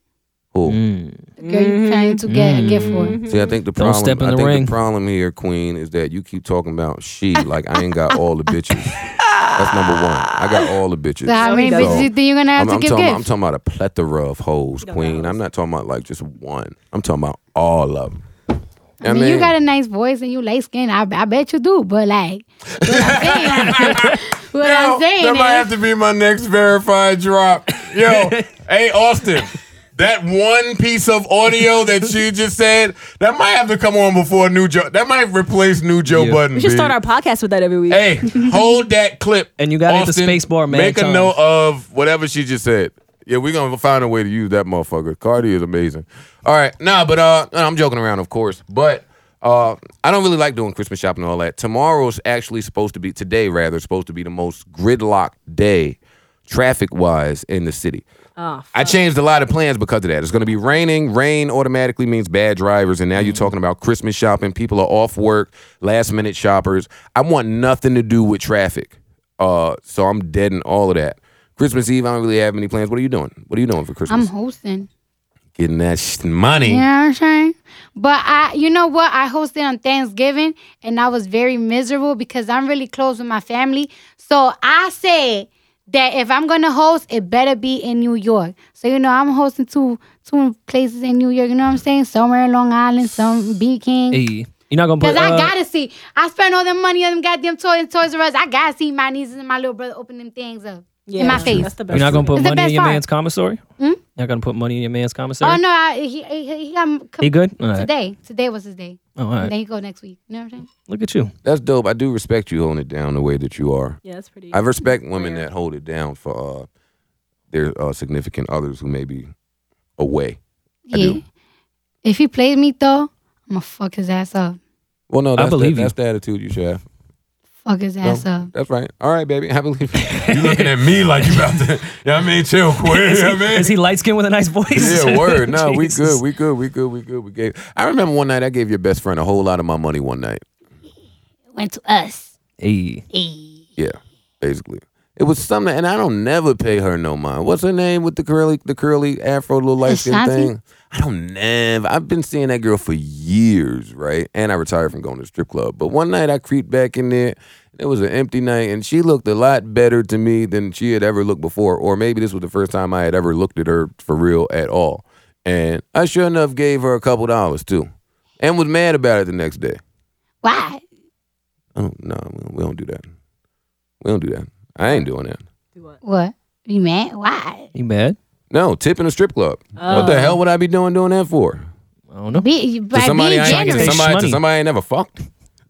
who?
The girl you trying to get a gift for.
See, I think the
Don't
problem.
step in
I
the
think
ring.
the problem here, Queen, is that you keep talking about she like I ain't got all the bitches. That's number one. I got all the bitches.
So how
No,
many
he doesn't.
bitches you think you're gonna have
I'm, I'm
to give
talking about, I'm
gifts?
talking about a plethora of hoes,
don't
Queen.
know.
I'm not talking about like just one. I'm talking about all of them.
I mean, you got a nice voice and you light skin. I, I bet you do, but like, what I'm saying, what I'm saying
that
is,
might have to be my next verified drop. Yo, hey Austin, that one piece of audio that you just said, that might have to come on before new Joe. That might replace new Joe
Yeah.
Budden.
We should
B.
start our podcast with that every week.
Hey, hold that clip.
And you gotta hit the space bar, man,
Make a
times.
note of whatever she just said. Yeah, we're gonna find a way to use that motherfucker. Cardi is amazing. All right, nah, but uh, nah, I'm joking around, of course, but.
Uh, I don't really like doing Christmas shopping and all that. Tomorrow's actually supposed to be today, rather supposed to be the most gridlocked day, traffic wise, in the city. I changed a lot of plans because of that. It's going to be raining. Rain automatically means bad drivers, and now you're talking about Christmas shopping. People are off work, last minute shoppers. I want nothing to do with traffic, uh, so I'm dead in all of that. Christmas Eve, I don't really have many plans. What are you doing? What are you doing for
I'm
Christmas?
hosting.
Getting that sh- money.
You know what I'm saying? But I, you know what? I hosted on Thanksgiving and I was very miserable because I'm really close with my family. So I said that if I'm gonna host, it better be in New York. So you know, I'm hosting two two places in New York. You know what I'm saying? Somewhere in Long Island, some Beacon.
Hey, you're not gonna put.
Cause I
uh,
gotta see. I spent all the money on them goddamn toys and Toys R Us. I gotta see my nieces and my little brother open them things up in my
that's-
face.
That's the
You're
best.
not gonna put
It's the
money in
best
your
part.
man's commissary. Hmm? You're not gonna put money in your man's commissary.
Oh no, I, he, he he got
He good? All right.
today. Today was his day.
Oh, all right.
And then he go next week. You know what I'm saying?
Look at you.
That's dope. I do respect you holding it down the way that you are.
yeah, that's pretty.
I respect women
Rare.
that hold it down for uh, their uh, significant others who may be away. I do.
If he played me though, I'ma fuck his ass up.
Well, no, that's,
believe
the,
you.
that's the attitude you should have.
Fuck his
No,
ass up.
That's right. All right, baby. I believe you.
You looking at me like you about to? Yeah, I mean, chill, quick. Yeah, I mean,
Is he light skinned with a nice voice?
Yeah, word. No, we
Jesus.
good. We good. We good. We good. We gave. I remember one night I gave your best friend a whole lot of my money one night.
Went to us.
Hey,
Yeah, basically. It was something, and I don't never pay her no mind. What's her name with the curly, the curly afro, little light skin
Ashanti?
thing? I don't never. I've been seeing that girl for years, right? And I retired from going to the strip club. But one night I creeped back in there. and It was an empty night, and she looked a lot better to me than she had ever looked before, or maybe this was the first time I had ever looked at her for real at all. And I sure enough gave her a couple dollars too, and was mad about it the next day.
Why?
Oh no, we don't- we don't do that. We don't do that. I ain't doing that.
What? You mad? Why?
you mad?
No, tipping a strip club. What the hell would I be doing doing that for?
I don't know.
Be, Oh. by
To somebody,
being
I ain't,
generous.
to somebody, to
Shmoney.
somebody I ain't never fucked.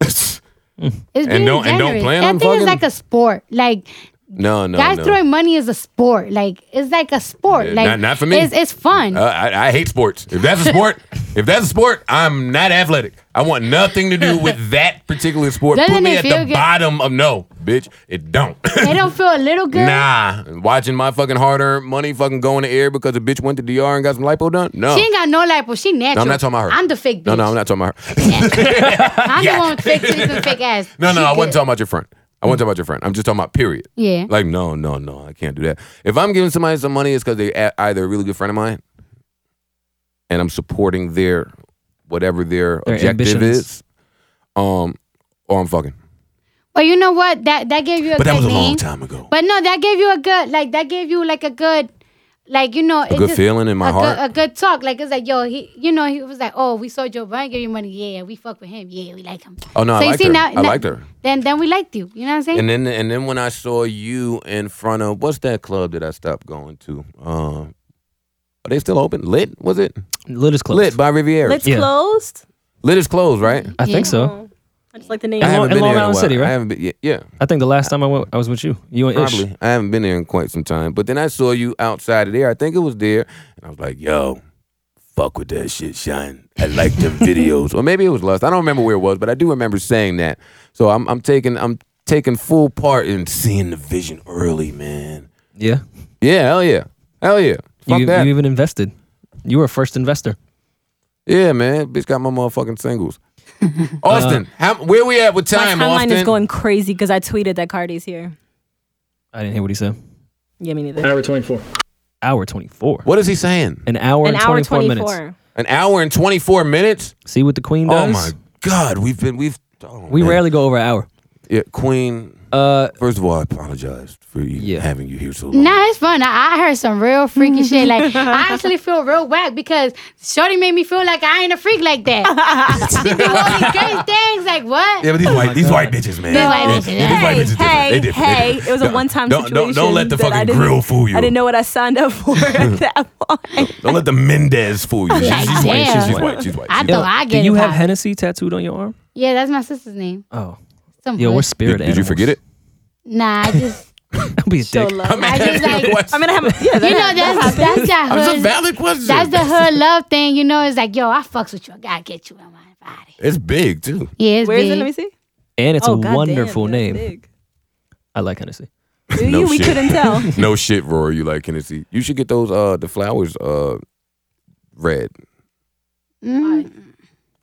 it's being
don't-
generous.
and don't plan
that
on
thing
fucking-
is like a sport. Like
No, no,
guys
no.
throwing money is a sport. Like it's like a sport.
Yeah,
like
not- not for me.
It's, it's fun.
Uh, I, I hate sports. If that's a sport, if that's a sport, I'm not athletic. I want nothing to do with that particular sport.
Doesn't
Put me
it
at
feel
the
good?
bottom of no, bitch. It don't.
they don't feel a little good.
nah.
Watching my fucking hard-earned money fucking go in the air because a bitch went to DR and got some lipo done. No,
She ain't got no lipo. She
no
natural.
I'm not talking about her.
I'm the fake bitch.
No, no, I'm not talking about her.
I'm the one with fake titties and fake ass.
No, no,
She
I
good.
wasn't talking about your friend. I wasn't talking about your friend. I'm just talking about period.
Yeah.
Like no, no, no, I can't do that. If I'm giving somebody some money, it's because they a- either a really good friend of mine, and I'm supporting their whatever their,
Their
objective
ambitions.
is, um, or I'm fucking.
Well, you know what? That that gave you a
But
good
that was a
name.
long time ago.
But no, that gave you a good like that gave you like a good like you know a
good feeling in my
a
heart?
Good, a good talk. Like it's like yo, he you know he was like oh we saw Joe Biden give you money yeah we fuck with him yeah we like him.
Oh, no, I
you
liked her. I liked her.
Then then we liked you. You know what I'm saying?
And then and then when I saw you in front of what's that club that I stopped going to? Um, are they still open? Lit was it?
Lit is closed.
Lit by Riviera.
Let's
Lit,
Yeah.
closed.
is closed, right?
I think so.
Oh, I just like the name.
I
Long-
haven't
in
been
Long
there in a
Island
while.
City, right?
I haven't been, yeah, yeah,
I think the last time I went, I was with you. You and Ish.
probably. I haven't been there in quite some time. But then I saw you outside of there. I think it was there, and I was like, "Yo, fuck with that shit, Shine. I like them videos." Or maybe it was Lust. I don't remember where it was, but I do remember saying that. So I'm, I'm taking I'm taking full part in seeing the vision early, man.
Yeah.
Yeah, hell yeah, hell yeah. Fuck
You,
that.
you even invested. You were a first investor.
Yeah, man. Bitch got my motherfucking singles. Austin,
Uh,
how, where we at with time,
My timeline
Austin?
is going crazy because I tweeted that Cardi's here.
I didn't hear what he said.
Yeah, me neither.
Hour 24.
Hour 24.
what is he saying?
An hour
An
and
hour
24,
24.
minutes.
An hour and 24 minutes?
See what the queen does?
Oh my God. We've been, we've, oh,
We
man.
rarely go over an hour.
Yeah, Queen,
Uh,
first of all, I apologize for you
Yeah.
having you here so long.
Nah, it's fun. I, I heard some real freaky shit. Like I actually feel real whack because Shorty made me feel like I ain't a freak like that. she do all these great things. Like what?
Yeah, but
Oh
these white, these white bitches, man.
They're white
Yeah,
bitches,
these
yeah.
white bitches different.
hey,
They different. They
hey,
different.
it was a
Don't-
one-time
don't,
situation.
Don't, don't let the
that I
fucking
didn't-
grill fool you.
I didn't know what I signed up for at that point.
Don't let the Mendez fool you. She's,
Like,
she's white. She's,
damn.
she's white. She's white.
I
She's
thought
white.
I
do
get
you
it
have
pop.
Hennessy tattooed on your arm?
Yeah, that's my sister's name.
Oh.
Some
Yo,
hood.
we're spirit
Did, did you
animals.
forget it?
Nah, I just
Don't be a
Show
dick.
love. I,
I just like you
mean, I have. Yeah, that,
know
that
that's that's that
It's a
hood.
valid question.
That's the hood love thing. You know, it's like yo, I fucks with you. I gotta get you in my body.
It's big, too.
Yeah, it's
Where is
big.
it? Let me see.
And it's
oh,
a
goddamn,
wonderful
that's
name.
big.
I like Hennessy.
Do
No
you? We
shit.
couldn't tell.
no shit, Rory. You like Hennessy? You should get those uh the flowers uh red.
Mm.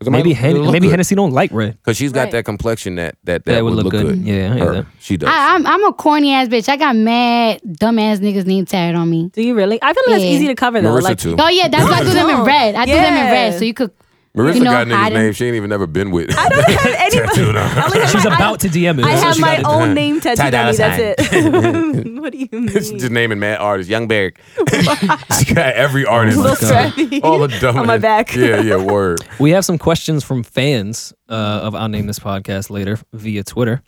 Maybe Hen- maybe Hennessy don't like red.
because she's got
Right.
that complexion that that that,
That would look good. Yeah, I hear
Her.
that.
she does.
I, I'm I'm a corny ass bitch. I got mad dumb ass niggas name tatted on me.
Do you really? I feel like that's
Yeah.
easy to cover though.
Marissa
like,
too.
Oh yeah, that's why I do them in
No.
red. I do them in
Yeah.
red, so you could.
Marissa
you know,
got niggas
hiding.
name she ain't even never been with.
I don't have anybody.
Tattooed on
I
her.
only have
She's
my-
about to DM it.
I, I
That's what
have
she
my
gotta do.
own name tattooed on
Dollar
me. That's it. what do you mean?
She's just naming mad artists. Young Berg. she got every artist.
Oh my
Little
God.
scrappy
All the dumb
on my back.
Yeah, yeah, word.
We have some questions from fans uh, of I'll Name This Podcast later via Twitter.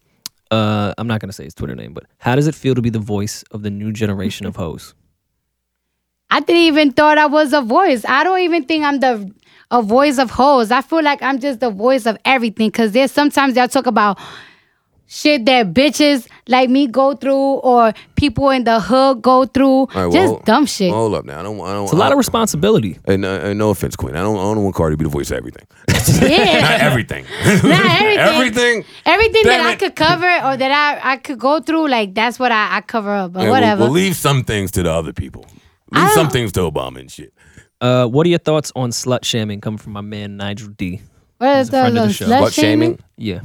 Uh, I'm not going to say his Twitter name, but how does it feel to be the voice of the new generation of hoes?
I didn't even thought I was a voice. I don't even think I'm the a voice of hoes. I feel like I'm just the voice of everything. Cause there's sometimes y'all talk about shit that bitches like me go through or people in the hood go through.
All right, well,
just
hold-
dumb shit.
Hold up now. I don't. I don't
It's a lot of
I-
responsibility.
And, uh, and no offense, Queen. I don't. I don't want Cardi to be the voice of everything.
Yeah.
Not everything.
Not everything.
everything.
Everything
Damn
that I
it.
could cover or that I, I could go through, like that's what I, I cover up. But
Yeah, we'll-
whatever.
We'll, leave some things to the other people. Leave some things to Obama and shit.
Uh, what are your thoughts on slut shaming coming from my man Nigel D?
What
He's
is
a friend
the,
of the
the
show.
slut
Butt
shaming?
shaming.
Yeah.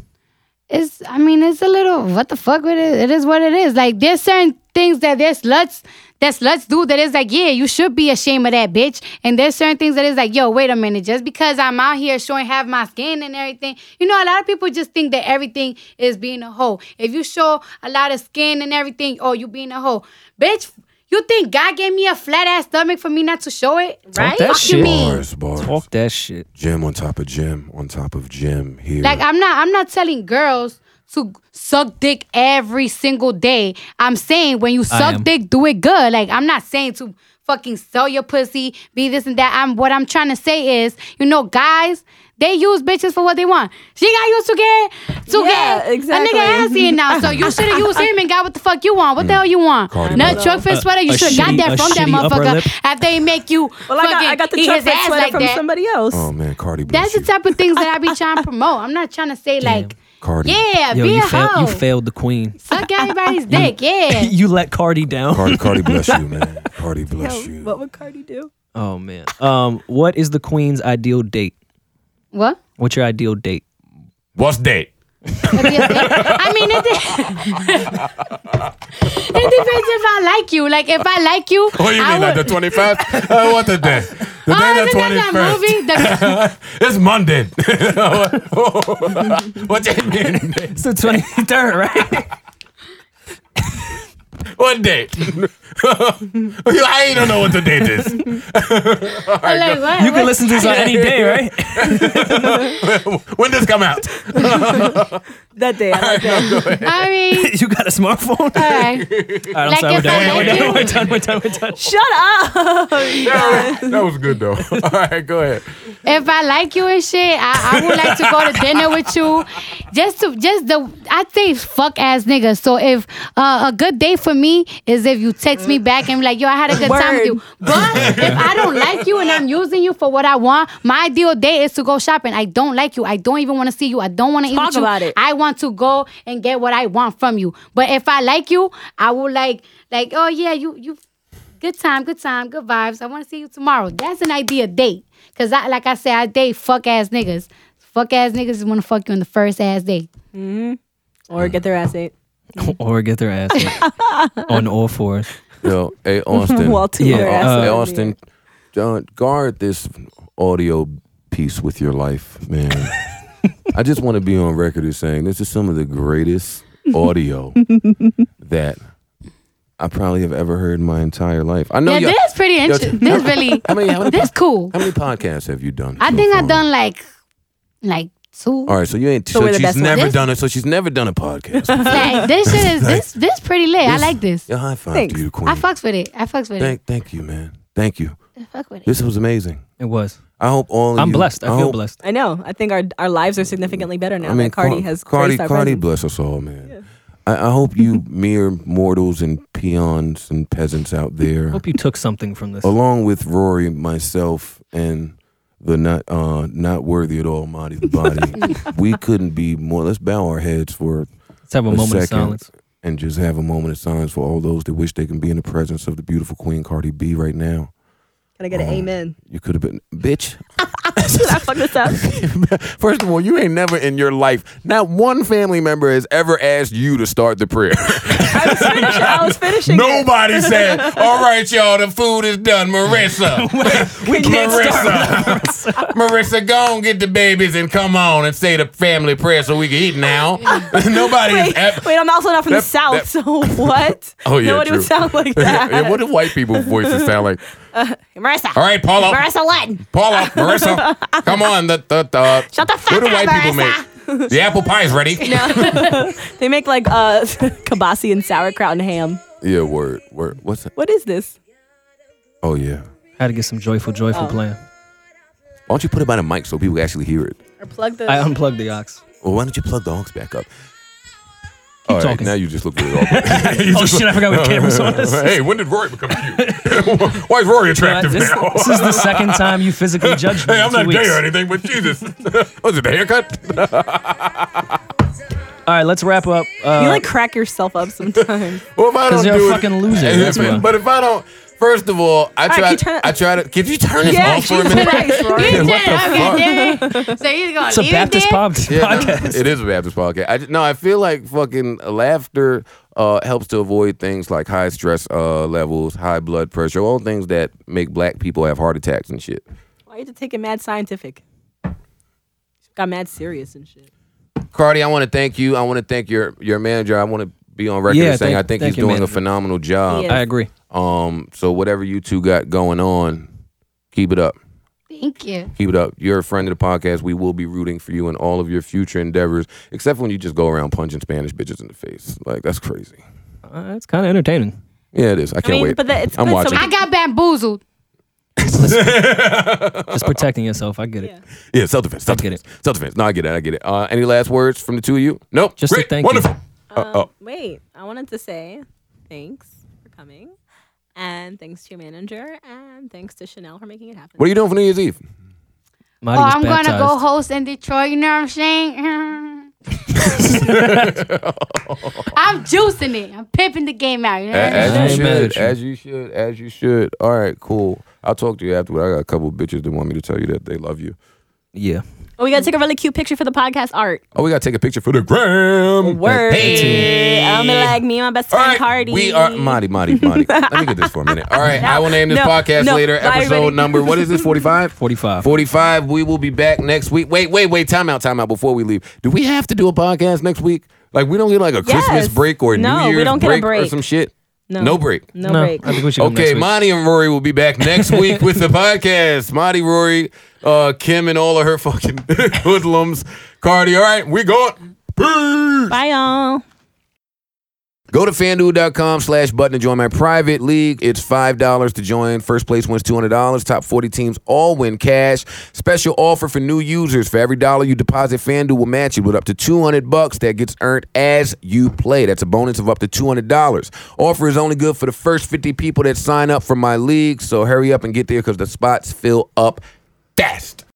It's I mean, it's a little what the fuck with it. It is what it is. Like there's certain things that there's sluts that sluts do that is like, yeah, you should be ashamed of that bitch. And there's certain things that is like, yo, wait a minute, just because I'm out here showing half my skin and everything, you know, a lot of people just think that everything is being a hoe. If you show a lot of skin and everything, oh, you being a hoe, bitch. You think God gave me a flat ass stomach for me not to show it, right?
that
Fuck you
shit.
mean?
Bars, bars.
Talk that shit.
Gym on top of gym on top of gym here.
Like I'm not I'm not telling girls to suck dick every single day. I'm saying when you
am.
suck dick, do it good. Like I'm not saying to fucking sell your pussy, be this and that. I'm what I'm trying to say is, you know, guys, they use bitches for what they want. She got used to get to
Yeah,
get a
exactly.
nigga ass in now. So you should have used him and got what the fuck you want. What the hell you want?
Cardi
Not
B.
truck fit sweater.
Mm. a
You should got
shitty-
that
a
from that
shitty upper lip.
motherfucker after he make you
Well, I got, I
fucking
got the
eat
truck
his ass
sweater
like
from
that.
somebody else.
oh man, Cardi B.
That's the type of things that I be trying to promote. I'm not trying to say like,
Cardi.
yeah,
Yo,
be
you,
a
fail,
hoe.
you failed the queen.
Suck everybody's dick. Yeah.
you let Cardi down.
Cardi, Cardi bless you, man. Cardi bless you.
Oh, What would Cardi do?
Oh man. Um, what is the queen's ideal date?
what?
What's your ideal date?
What's that?
I mean, it, de- it depends if I like you. Like, if I like you,
What do you
I
mean, like
would-
the 25th? uh, what the day? The
Oh,
day
isn't that that
21st.
movie? The-
It's Monday. what you mean?
It's the 23rd, right?
What date? I don't know what the date is.
like, what?
You can
What?
listen to this on any day, right?
When does it come out?
That day. I like that.
I mean,
You got a smartphone?
all right.
All right, I'm
Uh, Like
sorry. We're
if
done.
I
We're
like
done.
you-
We're done. We're done. We're done.
Shut up.
that was good though. All right, go ahead.
If I like you and shit, I, I would like to go to dinner with you. Just to just the I say fuck ass niggas. So if uh, a good day for me is if you text me back and be like, yo, I had a good time with you.
Word.
But if I don't like you and I'm using you for what I want, my ideal day is to go shopping. I don't like you. I don't even want to see you. I don't want to eat
Talk
with you.
about it.
I want to go and get what I want from you. But if I like you, I will like like oh yeah, you you good time, good time, good vibes. I want to see you tomorrow. That's an idea date. Cause I like I said, I date fuck ass niggas. Fuck ass niggas just want to fuck you on the first ass date.
Or get their ass ate.
Or get their ass whipped. on all fours.
Yo, hey Austin.
Well, to
Yeah,
their ass
uh,
ate.
hey Austin, John, guard this audio piece with your life, man. I just want to be on record as saying this is some of the greatest audio that I probably have ever heard in my entire life. I know
Yeah,
you
this pretty interesting. This really,
How many, how many
this cool.
How many podcasts have you done?
I
so
think
far?
I've done like, like two.
All right, so you ain't.
So
So,
we're the
she's
best ones.
never
This-
done it. So she's never done a podcast.
Like this shit is this this pretty lit. I
This-
like this.
Yeah, high five
Thanks.
to you, Queen.
I fucks with it. I fucks with it.
Thank, thank you, man. Thank you.
I fuck with it.
This was amazing.
It was.
I hope all. Of
I'm
you,
blessed. I feel
hope-
blessed.
I know. I think our our lives are significantly better now.
I mean,
that Cardi
Car-
has
Cardi.
graced our
Cardi,
presence.
bless us all, man. I, I hope you mere mortals and peons and peasants out there,
Hope you took something from this.
along with Rory, myself, and the not uh, not worthy at all, Marty the body. we couldn't be more. Let's bow our heads for
Let's have a,
a second.
moment of silence.
and just have a moment of silence for all those that wish they can be in the presence of the beautiful Queen Cardi B right now.
Can I get
Oh.
an amen?
You could have been, bitch.
Did I fuck this up?
First of all, you ain't never in your life, not one family member has ever asked you to start the prayer.
I was finishing. I was finishing. it.
Nobody said, "All right, y'all, the food is done." Marissa,
We can't
Marissa, Marissa, go and get the babies and come on and say the family prayer so we can eat now. Nobody's
Wait,
ever.
wait, I'm also not from
That-
the south,
that-
so what?
Oh, yeah,
nobody
true.
would sound like that.
yeah, what do white people voices sound like?
Marissa,
All right, Paula,
Marissa, what?
Paula, Marissa, come on. The, the, the,
Shut the fuck
what do
up,
white
Marissa.
people make? The apple pie's ready.
They make like uh, kibasi and sauerkraut and ham.
Yeah, word, word. What's that?
What is this?
Oh, yeah.
Had to get some joyful, joyful
Oh.
playing.
Why don't you put it by the mic so people can actually hear it?
Or plug the.
I unplugged the ox.
Well, why don't you plug the honks back up? All right,
talking.
now you just look really awkward.
Oh shit! I forgot we had cameras on this.
hey, when did Rory become cute? Why is Rory attractive
this,
now?
this is the second time you physically judged me.
Hey,
in
I'm
two
not
weeks.
gay or anything, but Jesus. Was it the haircut?
All right, let's wrap up. Uh,
you like crack yourself up sometimes.
Well, if I
'Cause
don't
you're a
do
fucking
it,
loser,
Hey,
that's
but-
why.
But if I don't, first of all, I
right,
try.
can you turn it-
I try to. Could you turn this
yeah,
off for a
Jesus
minute?
Christ, Rory.
Yeah,
what the
okay, there. So he's gonna
it's a
leave
Baptist
it there?
pub
Yeah, no,
podcast.
it is a Baptist podcast. I, ju- no, I feel like fucking laughter uh, helps to avoid things like high stress uh, levels, high blood pressure, all things that make black people have heart attacks and shit.
Why you had to take it mad scientific? Got mad serious and shit.
Cardi, I want to thank you. I want to thank your your manager. I want to be on record
Yeah,
as saying
thank-
I think
thank
he's
you,
doing
man.
a phenomenal job.
Yeah.
I agree.
Um, so whatever you two got going on, keep it up.
Thank you.
Keep it up. You're a friend of the podcast. We will be rooting for you in all of your future endeavors, except for when you just go around punching Spanish bitches in the face. Like that's crazy.
Uh, it's kind of entertaining.
Yeah, it is. I can't
mean,
wait.
but that- it's
I'm
good, so
watching.
we
I got bamboozled.
Just protecting yourself. I get it.
Yeah.
Yeah, self defense. Self
get
defense. Self defense. No, I get it. I get it. Uh, any last words from the two of you? Nope. Uh,
Just to
Great,
thank you.
wonderful.
Wait, I wanted to say thanks for coming, and thanks to your manager, and thanks to Chanel for making it happen.
What are you doing for New Year's Eve?
Marty
Oh,
was
I'm
baptized.
gonna go host in Detroit. You know what I'm saying? I'm juicing it. I'm pimping the game out. You know
A-
what I'm saying?
As you
Amen.
should. As you should. As you should. All right, cool. I'll talk to you afterward. I got a couple bitches that want me to tell you that they love you.
Yeah.
Well, Oh, we gotta take a really cute picture for the podcast art.
Oh, we gotta take a picture for the gram.
Word.
Hey.
I'm like me and my best
All
friend
right,
Cardi.
we are Marty, Marty, Marty. Let me get this for a minute. All right, I will name this
No,
podcast
no,
later.
bye,
Episode
everybody.
number what is this? Forty five.
45.
45. We will be back next week. Wait, wait, wait. Time out, time out before we leave. Do we have to do a podcast next week? Like, we don't get like a Christmas
Yes.
break or a
No,
New
we
Year's
don't get a
break, or
break.
some shit?
No.
break.
no,
No,
break.
I think we should go next
Okay,
week.
Monty and Rory will be back next week with the podcast. Monty, Rory, uh, Kim, and all of her fucking hoodlums. Cardi, all right, we gone. Peace.
Bye, y'all.
Go to fanduel.com slash button to join my private league. It's $5 to join. First place wins $200. Top 40 teams all win cash. Special offer for new users. For every dollar you deposit, FanDuel will match it with up to 200 bucks that gets earned as you play. That's a bonus of up to $200. Offer is only good for the first 50 people that sign up for my league. So hurry up and get there because the spots fill up fast.